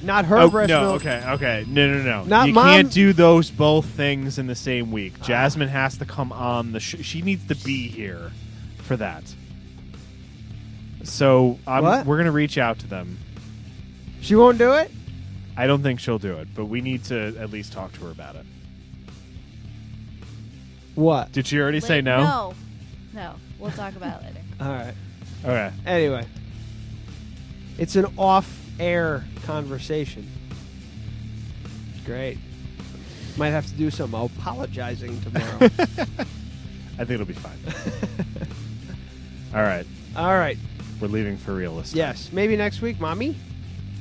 Not her oh breast no, milk. okay, okay, no, no, no. Not you mom? can't do those both things in the same week. Jasmine has to come on the. Sh- she needs to be here for that. So I'm, What? we're gonna reach out to them. She won't do it? I don't think she'll do it, but we need to at least talk to her about it. What? Did she already say Wait, no? No. No. We'll talk about it later. All right. Okay. Anyway, it's an off-air conversation. Great. Might have to do some apologizing [laughs] tomorrow. I think it'll [laughs] be fine. All right, All right. we're leaving for realistic. Yes. Maybe next week, mommy.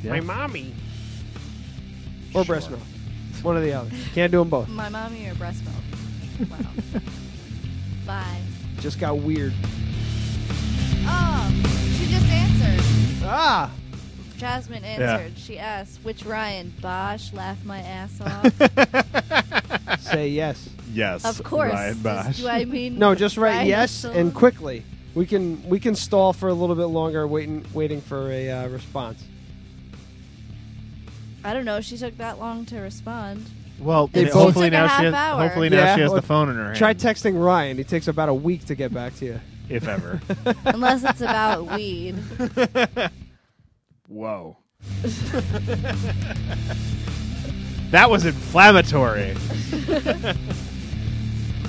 My Yeah. mommy. Or breast Sure. milk. One or the other. Can't do them both. My mommy or breast milk. Wow. Bye. Just got weird. Oh, she just answered. Ah. Jasmine answered. She asked, "Which Ryan?" Bosh, laugh [laughs] my ass off. Say yes. Yes. of course. Ryan Does- Bosch. [laughs] Do I mean No, just write Ryan yes Russell? and quickly. We can we can stall for a little bit longer, waiting waiting for a uh, response. I don't know. She took that long to respond. well, They yeah, both- hopefully Took a now half she has, hour. hopefully now Yeah, she has or- the phone in her hand, Try texting Ryan. He takes about a week to get back to you. [laughs] if ever. Unless it's about weed. Whoa. [laughs] that [laughs] was inflammatory.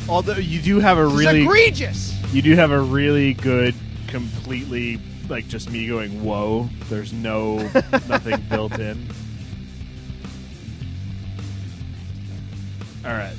Although you do have a really egregious. You do have a really good, completely like just me going, "Whoa!" There's no [laughs] nothing built in. All right.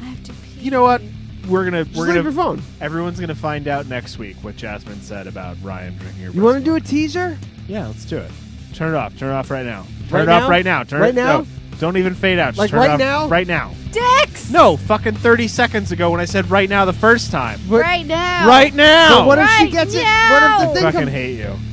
I have to pee. You know what? We're gonna Just we're leave gonna your phone. everyone's gonna find out next week what Jasmine said about Ryan drinking your. You want to do a teaser? Yeah, let's do it. Turn it off. Turn it off right now. Turn Right it now? off right now. Turn Right it now? no. Don't even fade out. Just Like turn right it now? off Right now. Dicks! No, fucking 30 seconds ago when I said right now the first time. Right now. Right now. But what if she Right gets it? now! What if the I thing fucking comes? hate you.